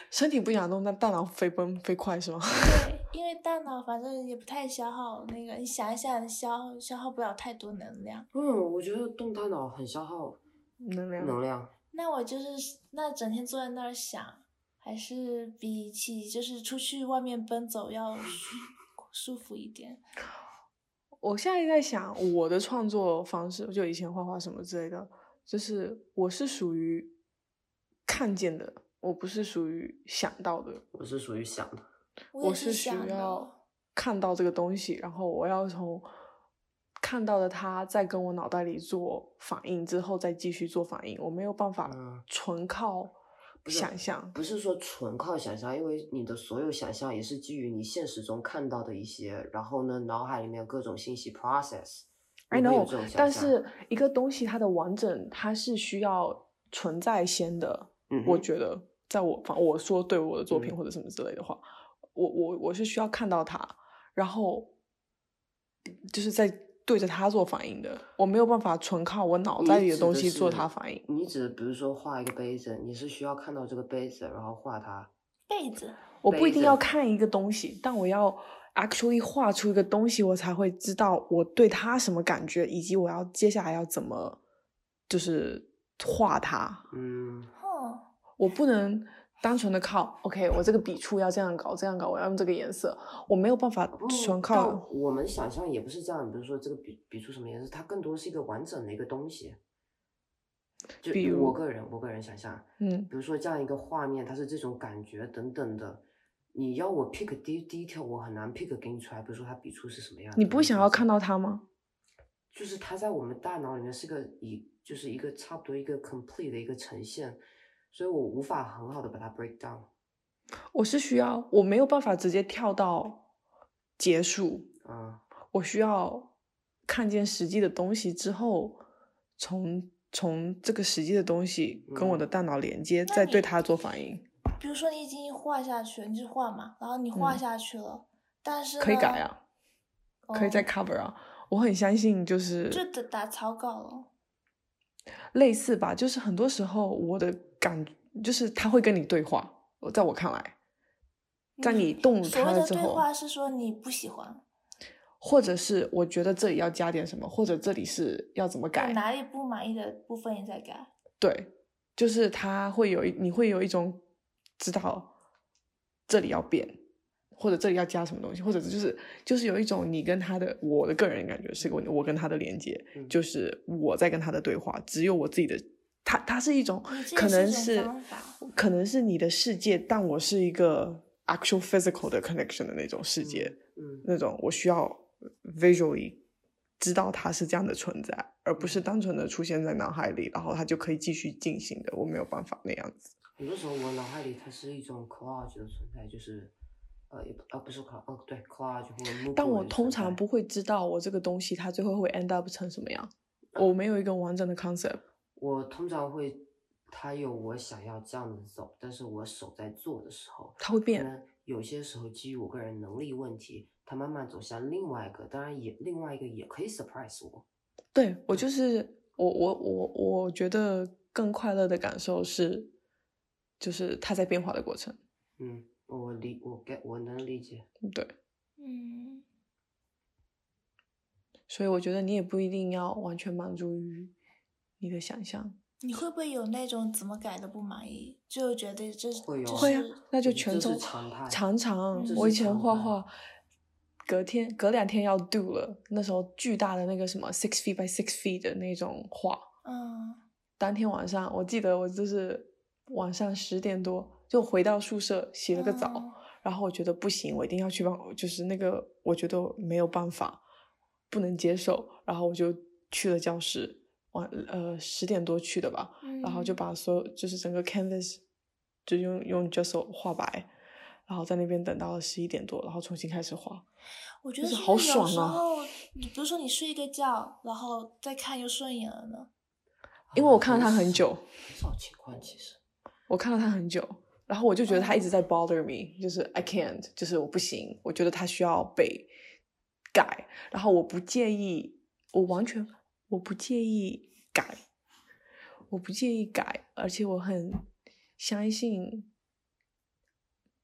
S3: 身体不想动，但大脑飞奔飞快是吗？
S1: 对，因为大脑反正也不太消耗那个，你想一想，消消耗不了太多能量。
S2: 嗯，我觉得动大脑很消耗
S3: 能量。
S2: 能量。
S1: 那我就是那整天坐在那儿想，还是比起就是出去外面奔走要舒舒服一点。
S3: 我现在在想我的创作方式，就以前画画什么之类的，就是我是属于看见的，我不是属于想到的，
S2: 我是属于想的，
S1: 也
S3: 我是需
S1: 想的，
S3: 要看到这个东西，然后我要从看到的它再跟我脑袋里做反应之后，再继续做反应，我没有办法
S2: 嗯
S3: 纯靠
S2: 不是
S3: 想象。
S2: 不是说纯靠想象，因为你的所有想象也是基于你现实中看到的一些，然后呢，脑海里面各种信息 process。
S3: I
S2: 你会有
S3: know，
S2: 这种想
S3: 但
S2: 象
S3: 是一个东西它的完整，它是需要存在先的。
S2: 嗯
S3: 我
S2: 哼
S3: 觉得，在我反我说对我的作品
S2: 嗯
S3: 或者什么之类的话，我我我是需要看到它，然后就是在对着它做反应的。我没有办法纯靠我脑
S2: 你
S3: 袋里的
S2: 指
S3: 东西
S2: 是
S3: 做它反应。
S2: 你指的比如说画一个杯子，你是需要看到这个杯子，然后画它。
S1: 被子
S3: 我不一
S2: 杯
S3: 定
S2: 子
S3: 要看一个东西，但我要 actually 画出一个东西，我才会知道我对它什么感觉，以及我要接下来要怎么就是画它。
S2: 嗯，
S1: 哦，
S3: 我不能单纯的靠 OK，我这个笔触要这样搞，这样搞，我要用这个颜色，我没有办法
S1: 哦
S2: 不
S3: 纯
S2: 嗯但
S3: 靠。
S2: 我们想象也不是这样，比如说这个笔笔出什么颜色，它更多是一个完整的一个东西。就
S3: 比如
S2: 我个人，我个人想象，
S3: 嗯，
S2: 比如说这样一个画面，它是这种感觉等等的。你要我 pick d detail，我很难 pick 给你出来。比如说它笔触是什么样的，
S3: 你不会想要看
S2: 到，
S3: 到它吗？
S2: 就是它在我们大脑里面是个一，就是一个差不多一个 complete 的一个呈现，所以我无法很好的把它 break down。
S3: 我是需要，我没有办法直接跳到结束，
S2: 啊，
S3: 我需要看见实际的东西之后，从从这个实际的东西跟我的大脑连接，
S1: 嗯那
S3: 再对
S1: 你
S3: 它做反应。
S1: 比如说你已经画下去了，你就画嘛，然后你画
S3: 嗯
S1: 下去了，但是
S3: 可以
S1: 呢
S3: 改，啊，可以再
S1: 哦
S3: cover 啊。我很相信，就是
S1: 就打打草稿了。
S3: 类似吧，就是很多时候我的感就是他会跟你对话，我在我看来，在你动
S1: 嗯所
S3: 他
S1: 谓
S3: 嗯了
S1: 的
S3: 之
S1: 对
S3: 后，
S1: 话是说你不喜欢，
S3: 或者是我觉得这里要加点什么，或者这里是要怎么
S1: 有
S3: 改，
S1: 哪里不满意的部分你再改。
S3: 对，就是他会有一你会有一种知道这里要变，或者这里要加什么东西，或者就是就是有一种你跟他的我的个人感觉是我我跟他的连接，
S2: 嗯
S3: 就是我在跟他的对话，只有我自己的。他他是一种
S1: 你这，也
S3: 可
S1: 是一
S3: 能
S1: 种
S3: 是
S1: 方法
S3: 可能是你的世界，但我是一个 actual physical 的 connection 的那种世界，
S2: 嗯，
S3: 那种我需要 visually 知道它是这样的存在，而不是单纯的出现在脑海里，然后它就可以继续进行的。我没有办法那样子。
S2: 很多时候我脑海里它是一种 collage 的存在，就是呃也不啊不是 collage 哦对 collage 或者 m o
S3: 但我通常不会知道我这个东西它最后会 end up 成什么样，我没有一个完整的 concept。
S2: 我通常会它有我想要这样子走，但是我手在做的时候，
S3: 它会变，
S2: 那有些时候基于我个人能力问题，它慢慢走向另外一个，当然也另外一个也可以 surprise 我。
S3: 对我就是我我我我觉得更快乐的感受是，就是它在变化的过程。
S2: 嗯，我理我 get 我能理解。
S3: 对，
S1: 嗯，
S3: 所以我觉得你也不一定要完全满足于你的想象。
S1: 你会不会有那种怎么改都不满意，就觉得这
S2: 会有嗯
S1: 这
S3: 会啊
S1: 是，
S3: 那就
S2: 这
S3: 全
S2: 是
S3: 都
S2: 常态
S3: 常常
S1: 这，
S3: 我以
S2: 是
S3: 前
S2: 常
S3: 画
S2: 态
S3: 画，隔天隔两天要 do 了，那时候巨大的那个什么 six feet by six feet 的那种画，
S1: 嗯，
S3: 当天晚上我记得我就是晚上十点多就回到宿舍洗了个澡，
S2: 哦
S1: 嗯
S3: 然后我觉得不行，我一定要去办，就是那个我觉得没有办法，不能接受，然后我就去了教室，晚呃十点多去的吧，然后就
S1: 嗯
S3: 把所有就是整个 canvas 就用用 gesso 画白，然后在那边等到了十一点多，然后重新开始画。
S1: 我觉
S3: 就
S1: 得
S3: 是
S1: 不
S3: 好爽
S1: 有时
S3: 啊
S1: 候，比如说你睡一个觉，然后再看又顺眼了呢。
S3: 因为我看了他很久，
S2: 啊很少情况其实。
S3: 我看了他很久，然后我就觉得他一直在
S2: 哦
S3: bother me，就是 I can't，就是我不行，我觉得他需要被改，然后我不介意，我完全我不介意改，我不介意改，而且我很相信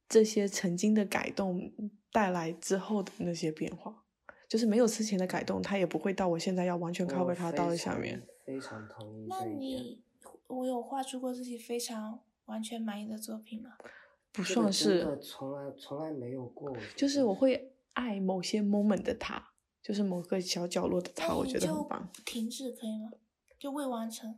S3: 这些曾经的改动带来之后的那些变化。就是没有之前的改动，它也不会到我现在要完全 cover 它到了下面。
S2: 非常同意
S1: 那
S2: 这一点。
S1: 你，我有画出过自己非常完全满意的作品吗？
S3: 不
S2: 这个
S3: 算
S2: 真
S3: 是
S2: 的从来从来没有过。我觉嗯
S3: 就是
S2: 得
S3: 我会爱某些 moment 的他，就是某个小角落的他，
S1: 那
S3: 我
S1: 你
S3: 觉得很
S1: 哦就
S3: 棒，
S1: 停止可以吗？就未完成。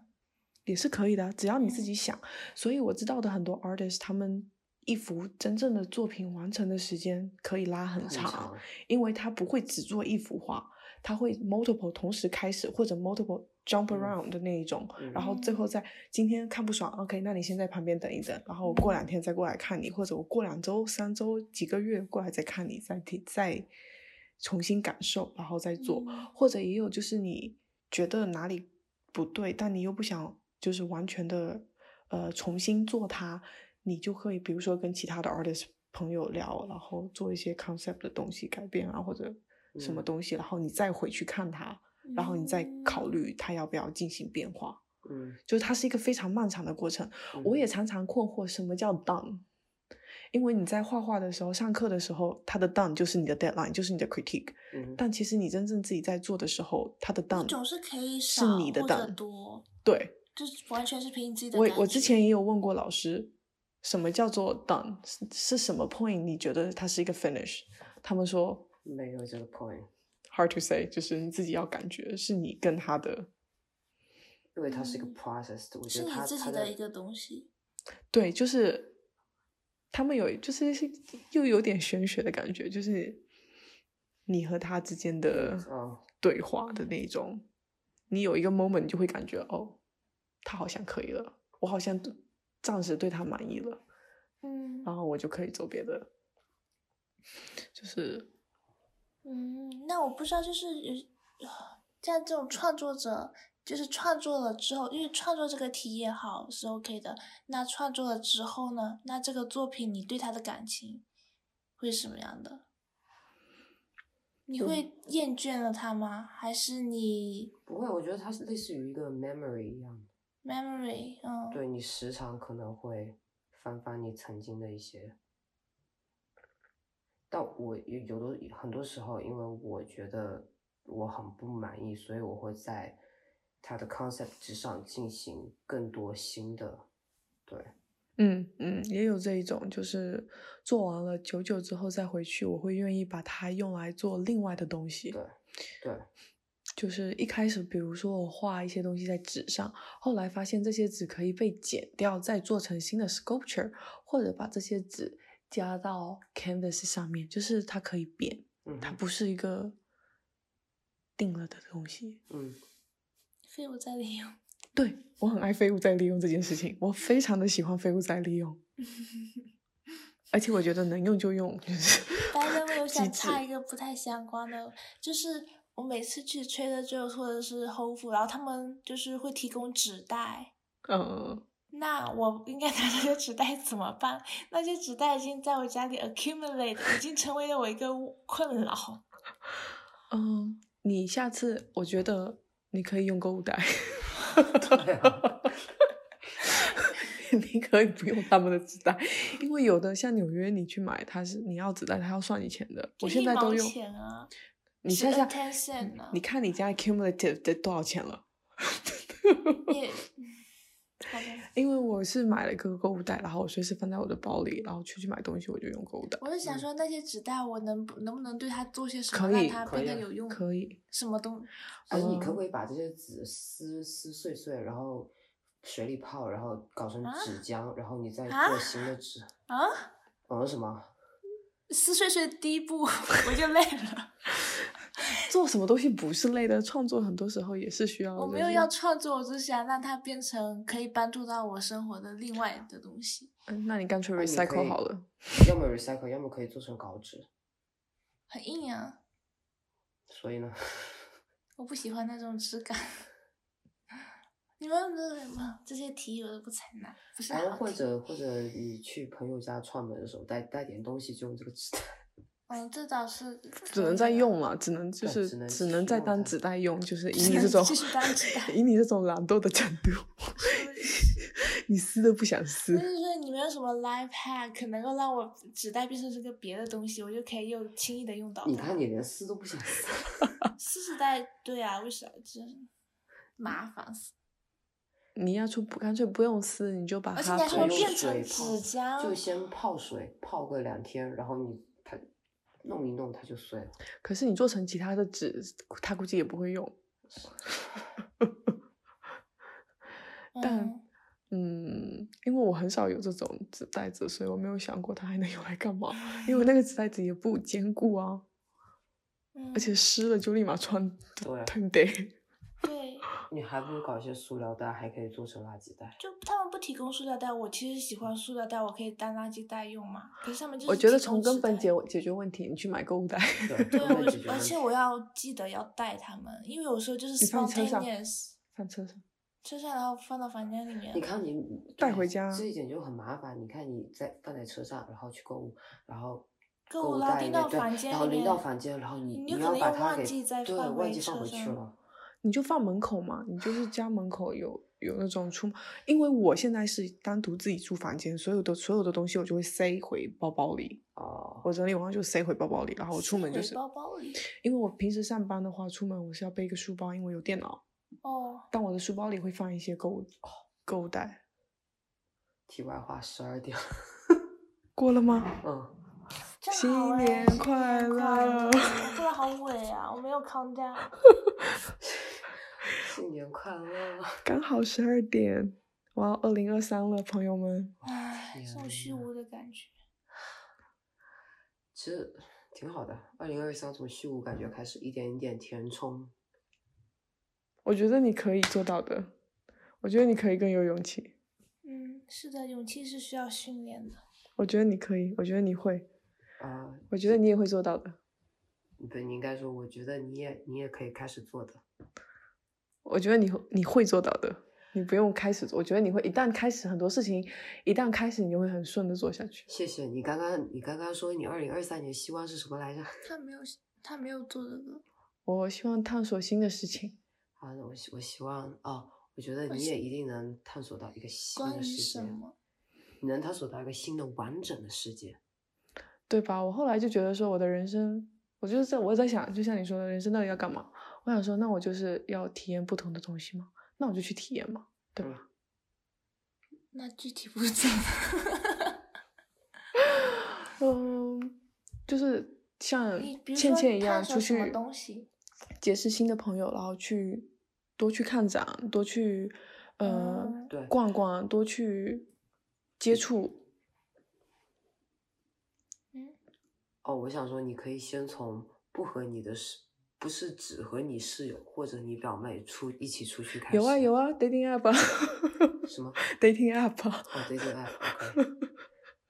S3: 也是可以的啊，只要你自己想。所以我知道的很多 artist，他们一幅真正的作品完成的时间可以拉很
S2: 很
S3: 长，
S2: 长，
S3: 因为他不会只做一幅画，他会 multiple 同时开始或者 multiple jump
S2: 嗯
S3: around 的那一种，
S2: 嗯
S3: 然后最后再今天看不爽，OK，那你先在旁边等一等，然后我过两天再过来看你，或者我过两周、三周、几个月过来再看你，再提再重新感受，然后再做，
S1: 嗯
S3: 或者也有就是你觉得哪里不对，但你又不想就是完全的呃重新做它，你就可以比如说跟其他的 artist 朋友聊，然后做一些 concept 的东西改变啊，或者什么
S2: 嗯
S3: 东西，然后你再回去看它，然后你再考
S1: 嗯
S3: 虑它要不要进行变化。
S2: 嗯，
S3: 就是它是一个非常漫长的过程。
S2: 嗯
S3: 我也常常困惑什么叫 done，因为你在画画的时候、上课的时候，它的 done 就是你的 deadline，就是你的 critique。
S2: 嗯
S3: 但其实你真正自己在做的时候，它的
S1: 嗯。
S3: done
S1: 总是可以
S3: 是
S1: 少
S3: 你的
S1: 或者
S3: 档
S1: 多，
S3: 对
S1: 就是完全是凭你自己的
S3: 我
S1: 感
S3: 我之
S1: 觉
S3: 前也有问过老师，什么叫做 done 是是什么 point？你觉得它是一个 finish？他们说
S2: 没有这个 point，
S3: hard to say，就是你自己要感觉是你跟他的
S2: 因为它是一个
S1: 嗯
S2: process，的我
S1: 是
S2: 觉得
S1: 你
S2: 它
S1: 自
S2: 它
S1: 己的
S2: 的
S1: 一个东西。
S3: 对，就是他们有，就是是又有点玄学的感觉，就是你和他之间的
S2: 哦
S3: 对话的那一种。你有一个 moment，你就会感觉哦，他好像可以了，我好像暂时对他满意了，
S1: 嗯
S3: 然后我就可以走别的，就是
S1: 嗯，那我不知道，就是有像这种创作者，就是创作了之后，因为创作这个题也好是 OK 的。那创作了之后呢？那这个作品你对他的感情会是什么样的？你
S3: 嗯
S1: 会厌倦了他吗？还是你
S2: 不会，我觉得它是类似于一个 memory 一样的。
S1: memory？嗯，
S2: 对你时常可能会翻翻你曾经的一些，但我有有的很多时候，因为我觉得我很不满意，所以我会在它的 concept 之上进行更多新的，对，
S3: 嗯嗯，也有这一种，就是做完了久久之后再回去，我会愿意把它用来做另外的东西。
S2: 对对，
S3: 就是一开始，比如说我画一些东西在纸上，后来发现这些纸可以被剪掉，再做成新的 sculpture，或者把这些纸加到 canvas 上面，就是它可以变，
S2: 嗯
S3: 它
S2: 哼
S3: 不是一个定了的东西。
S2: 嗯，
S1: 废物再利用。
S3: 对我很爱废物再利用这件事情，我非常的喜欢废物再利用，而且我觉得能用就用，就是
S1: 白人，我有
S3: 极
S1: 想
S3: 致
S1: 插一个不太相关的，就是我每次去 Trader Joe's 或者是 Whole f o o d 然后他们就是会提供纸袋，
S3: 嗯。
S1: 那我应该拿那些纸袋怎么办？那些纸袋已经在我家里 accumulate，已经成为了我一个困扰。
S3: 嗯，你下次我觉得你可以用购物袋， (laughs)
S2: 对啊，
S3: (laughs) 你可以不用他们的纸袋，因为有的像纽约你去买，它是你要纸袋，它要算你钱的。我
S1: 就
S3: 现
S1: 一
S3: 在
S1: 毛
S3: 都用
S1: 钱
S3: (laughs)
S1: 啊，
S3: 你现在
S1: 10 10 cent
S3: 你
S1: 啊
S3: 你看你家 cumulative 得多少钱了？
S1: 也，嗯好的。
S3: 因为我是买了一个购物袋，然后我随时放在我的包里，然后出去买东西我就用购物袋。
S1: 我是想
S2: 嗯
S1: 说那些纸袋，我能不能不能对它做些什么，
S3: 可
S1: 让
S3: 以
S1: 它
S2: 可
S1: 变
S2: 以
S1: 得
S2: 啊
S1: 有用？
S3: 可以，
S1: 什么东？
S2: 哎，你可
S3: 嗯
S2: 不可以把这些纸撕撕碎碎，然后水里泡，然后搞成
S1: 啊
S2: 纸浆，然后你再
S1: 啊
S2: 做新的纸，
S1: 啊？
S2: 嗯，什么？
S1: 撕碎碎的第一步 (laughs) 我就累了，
S3: (laughs) 做什么东西不是累的，创作很多时候也是需要。
S1: 我没有要，创作，我只想让它变成可以帮助到我生活的另外的东西。
S3: 嗯那你干脆
S2: 那你可
S3: recycle
S2: 以
S3: 好了。
S2: 要么 recycle，要么可以做成稿纸。
S1: 很硬啊，
S2: 所以呢，
S1: 我不喜欢那种质感。 (laughs) 你们的哇这些题我都不采纳，不是
S3: 哦
S2: 然后
S1: 好
S2: 或
S1: 题。
S2: 者或者你去朋友家串门的时候带带点东西，就用这个纸袋。
S1: 嗯，这倒是
S3: 只能再用了，只能就
S2: 对
S3: 是
S2: 哦只能
S3: 只能再
S2: 用它
S3: 当纸袋用，就是以
S1: 只
S3: 你这
S1: 能
S3: 种
S1: 继续当纸袋
S3: (laughs) 以你这种懒惰的程
S1: (laughs)
S3: 度，你撕都不想
S1: 所以
S3: 撕。
S1: 说，你们有什么 life hack 能够让我纸袋变成这个别的东西，我就可以又轻易的用到它。
S2: 你看，你连撕都不想撕。
S1: 撕纸袋，对啊，为啥真麻烦死？
S3: 你要出不干脆不用撕，你就把
S1: 而且
S3: 啊它
S1: 你还说
S2: 可以
S3: 泡
S2: 用
S1: 变
S2: 水
S1: 成
S2: 泡
S1: 纸浆，
S2: 就先泡水泡个两天，然后你它弄一弄它就碎了。
S3: 可是你做成其他的纸，他估计也不会用。但
S1: 嗯
S3: 嗯，因为我很少有这种纸袋子，所以我没有想过它还能用来干
S1: (laughs)
S3: 嘛。因为那个纸袋子也不坚固啊，
S1: 嗯，
S3: 而且湿了就立马穿
S2: 对
S3: (laughs)
S2: 啊
S3: 吞得。
S1: 对，
S2: 你还不如搞一些塑料袋，还可以做成垃圾袋。
S1: 就他们不提供塑料袋，我其实喜欢塑料袋，我可以当垃圾袋用嘛。可是他们就是
S3: 我觉得
S1: 提供
S3: 从根
S1: 纸
S3: 本
S1: 袋
S3: 解解决问题，你去买购物袋。 (laughs)
S2: 对，
S1: 对，
S2: 根本解决
S1: 我而
S2: 问
S1: 且
S2: 题
S1: 我要记得要带他们，因为有时候就是
S3: 你放你车上
S1: spontaneous，
S3: 上车上，
S1: 车上然后放到房间里面
S2: 你。看你嗯
S3: 带
S2: 对
S3: 回家
S2: 这一点就很麻烦。你看你在放在车上，然后去购物，然后
S1: 购
S2: 物
S1: 物然后
S2: 袋
S1: 拎
S2: 里面
S1: 到
S2: 对
S1: 房间
S2: 然后
S1: 里
S2: 拎到
S1: 面
S2: 房间，然后你
S1: 你有可
S2: 要
S1: 能
S2: 把
S1: 又
S2: 它
S1: 忘
S2: 给
S1: 记再
S2: 对
S1: 放
S2: 忘
S1: 回
S2: 记放
S1: 车
S2: 回去
S1: 上
S2: 了。
S3: 你就放门口嘛，你就是家门口有有那种出，因为我现在是单独自己住房间，所有的所有的东西我就会塞回包包里，
S2: 哦，
S3: 我整理完就塞回包包里，然后我出
S1: 塞
S3: 门就
S1: 回
S3: 是，
S1: 包包里
S3: 因为我平时上班的话，出门我是要背一个书包，因为有电脑，
S1: 哦，
S3: 但我的书包里会放一些购物购物袋。
S2: 题外话，十二点，
S3: 过了吗？
S1: (laughs)
S2: 嗯，
S1: 正
S3: 新
S1: 好哎
S3: 年
S1: 新
S3: 快
S1: 年
S3: 乐
S1: 乐！我
S3: (laughs)
S1: 过得好尾啊，我没有 count
S2: (laughs)
S1: down。
S2: 新年
S1: (laughs)
S2: 快乐！
S3: 刚好十二点，我要二零二三了，朋友们。
S1: 唉，这种
S2: 天
S1: 虚
S2: 呐
S1: 无的感觉。
S2: 其实挺好的。二零二三从虚无感觉开始，一点一点填充。
S3: 我觉得你可以做到的，我觉得你可以更有勇气，
S1: 嗯，是的，勇气是需要训练的。
S3: 我觉得你可以，我觉得你会，
S2: 啊、
S3: 我觉得你也会做到的。
S2: 对你应该说，我觉得你也你也可以开始做的。
S3: 我觉得你会你会做到的，你不用开始做，我觉得你会一旦开始很多事情，一旦开始你就会很顺的做下去。
S2: 谢谢你刚刚你刚刚说你二零二三年希望是什么来着？
S1: 他没有，他没有做这个。
S3: 我希望探索新的事情，
S2: 好的，我希我希望哦，我觉得
S1: 我
S2: 你
S1: 希
S2: 也一定能探索到一个新
S1: 关于
S2: 的世
S1: 什
S2: 界，
S1: 么？
S2: 你能探索到一个新的完整的世界。
S3: 对吧？我后来就觉得说，我的人生，我就是在我在想，就像你说的，人生到底要干嘛？我想说，那我就是要体验不同的东西嘛，那我就去体验嘛，对吧？
S1: 那具体不讲。
S3: 嗯，就是像
S1: 你比如
S3: 呃倩
S1: 说
S3: 倩一
S1: 探
S3: 样
S1: 索
S3: 出
S1: 什么
S3: 去
S1: 东西
S3: 结识新的朋友，然后去多去看展，多去呃
S1: 嗯
S2: 对
S3: 逛逛，多去接触。
S1: 嗯，
S2: 哦，我想说，你可以先从不和你的室，不是只和你室友或者你表妹出一起出去开始。
S3: 有啊有啊，dating (laughs) app，dating
S2: 什么？
S3: app 啊
S2: 哦，对对哎，OK，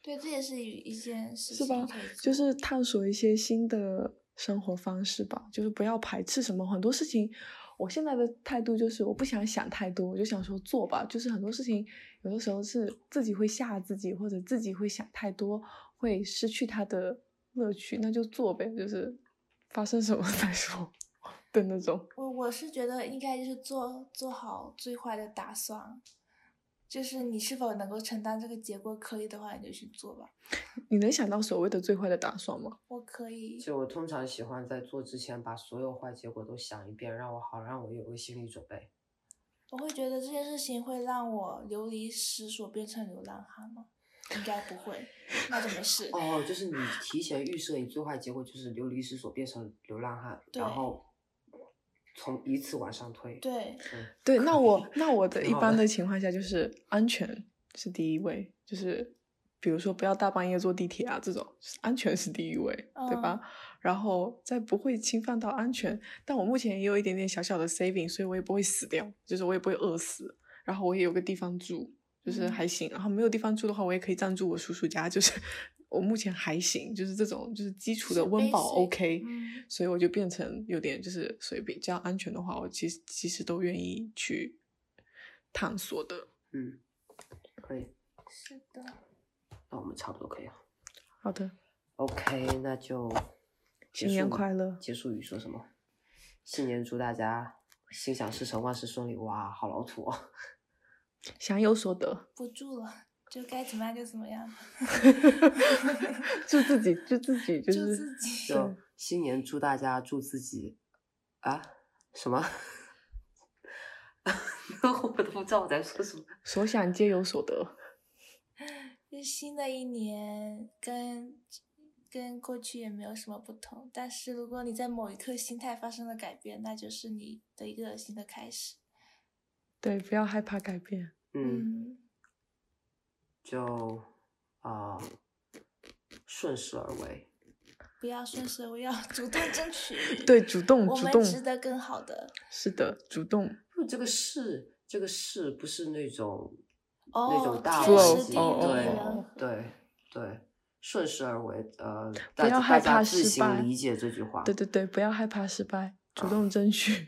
S1: 对，这也是一一件事
S3: 是
S1: 情。
S3: 吧？就是探索一些新的生活方式吧，就是不要排斥什么很多事情。我现在的态度就是，我不想想太多，我就想说做吧。就是很多事情，有的时候是自己会吓自己，或者自己会想太多，会失去它的乐趣，那就做呗，就是发生什么 (laughs) 再说的那种。
S1: 我我是觉得应该就是做做好最坏的打算，就是你是否能够承担这个结果，可以的话你就去做吧。
S3: 你能想到所谓的最坏的打算吗？
S1: 我可以， (laughs)
S2: 就我通常喜欢在做之前把所有坏结果都想一遍，让我好让我有个心理准备。
S1: 我会觉得这件事情会让我流离失所，变成流浪汉吗？应该不会，那就没事。
S2: 哦，就是你提前预设你最坏结果就是流离失所，变成流浪汉，
S1: 对
S2: 然后从依次往上推。
S1: 对，
S2: 嗯，
S3: 对，那我
S2: (laughs) 以
S3: 那我的
S2: 挺
S3: 一
S2: 好
S3: 般
S2: 的
S3: 的情况下就是安全是第一位，就是比如说不要大半夜坐地铁啊这种，就是安全是第一位，对
S1: 哦
S3: 吧？然后在不会侵犯到安全，但我目前也有一点点小小的 saving，所以我也不会死掉，就是我也不会饿死，然后我也有个地方住，就是
S1: 嗯
S3: 还行。然后没有地方住的话，我也可以暂住我叔叔家，就是 (laughs) 我目前还行，就是这种就是基础
S1: 是
S3: 的温饱
S1: basic，
S3: OK，
S1: 嗯
S3: 所以我就变成有点就是随便，这样安全的话，我其实其实都愿意去探索的。
S2: 嗯，可以，
S1: 是的，
S2: 那我们差不多可以了。
S3: 好的，
S2: OK，那就结
S3: 新年
S2: 束
S3: 快乐
S2: 结束语说什么？新年祝大家心想事成，万事顺利。哇，好老土哦。
S3: 想有所 (laughs) 得，
S1: 不住了，就该怎么样就怎么样，
S3: 就自己就自己就
S1: 就是自己。
S2: 就新年祝大家祝自己啊什么？ (laughs) 我都不知道我在说什么。
S3: 所想皆有所得。
S1: 就新的一年跟跟过去也没有什么不同，但是如果你在某一刻心态发生了改变，那就是你的一个新的开始。
S3: 对，不要害怕改变。。
S2: 嗯，
S1: 嗯
S2: 就啊、顺势而为。
S1: 不要顺势，我要 (laughs) 主动争取
S3: 对，主动，
S1: 我
S3: 主
S1: 们
S3: 动，
S1: 值得更好的。
S3: 是的，主动。
S2: 因为这个势，这个势不是那种那
S1: 哦，
S2: 种大
S1: 天
S3: 哦
S1: 时
S2: 时
S1: 地
S2: 机，
S1: 利
S3: 哦哦
S1: 人
S3: 哦
S1: 和。
S2: 对对，顺势而为，呃，
S3: 不
S2: 大
S3: 要
S2: 家
S3: 害
S2: 大家
S3: 怕
S2: 自
S3: 失败
S2: 行理解这句话。
S3: 对对对，不要害怕失败，主
S2: 啊
S3: 动争取。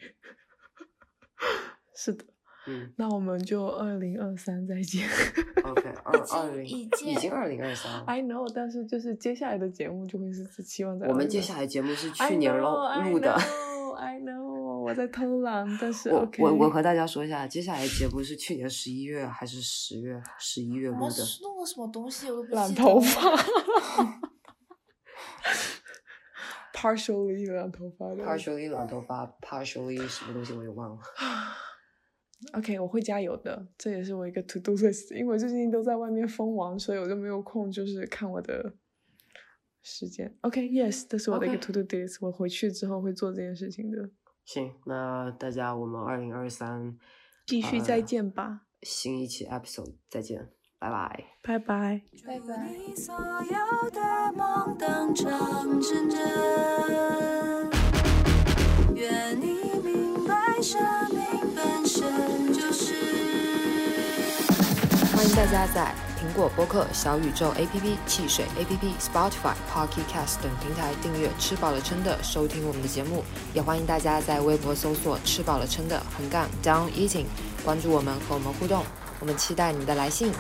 S3: (laughs) 是的， (laughs)
S2: 嗯
S3: 那我们就二零二三再见。 (laughs)
S2: ，OK，二二零
S1: 已
S2: 已经
S1: 经
S2: 二零二三了。
S3: I know，但是就是接下来的节目就会是期望在
S2: 我们
S3: 2023
S2: 接下来节目是
S3: I
S2: 去年录
S3: know, I
S2: 录的。
S3: know, I know，我在偷懒，但是
S2: 我
S3: OK，
S2: 我
S3: (laughs)
S2: 我和大家说一下，接下来节目是去年十一月还是十月十一月
S1: 我
S2: 录
S1: 们
S2: 的？
S1: 是弄了什么东西？我都不
S3: 染
S1: 记得
S3: 头
S1: 了
S2: (laughs)
S3: 发 partially 染头发的
S2: partially 染头发，partially 什么东西我也忘了。
S3: OK，我会加油的，这也是我一个 to do list，因为最近都在外面疯玩，所以我就没有空，就是看我的时间。OK，yes，、这是我的一个
S2: OK
S3: to do list，、我回去之后会做这件事情的。
S2: 行，那大家我们二零二三
S3: 继续
S2: 啊
S3: 再见吧，
S2: 新一期 episode 再见，拜拜。
S3: 拜拜。
S1: 拜拜。
S4: 你所有的梦当场成真，愿你明白生命本身就是。
S2: 欢迎大家在苹果播客、小宇宙 APP、汽水 APP、Spotify、Pocket Cast 等平台订阅“吃饱了撑的”，收听我们的节目。也欢迎大家在微博搜索“吃饱了撑的”横杠 Down Eating，关注我们和我们互动。我们期待你的来信。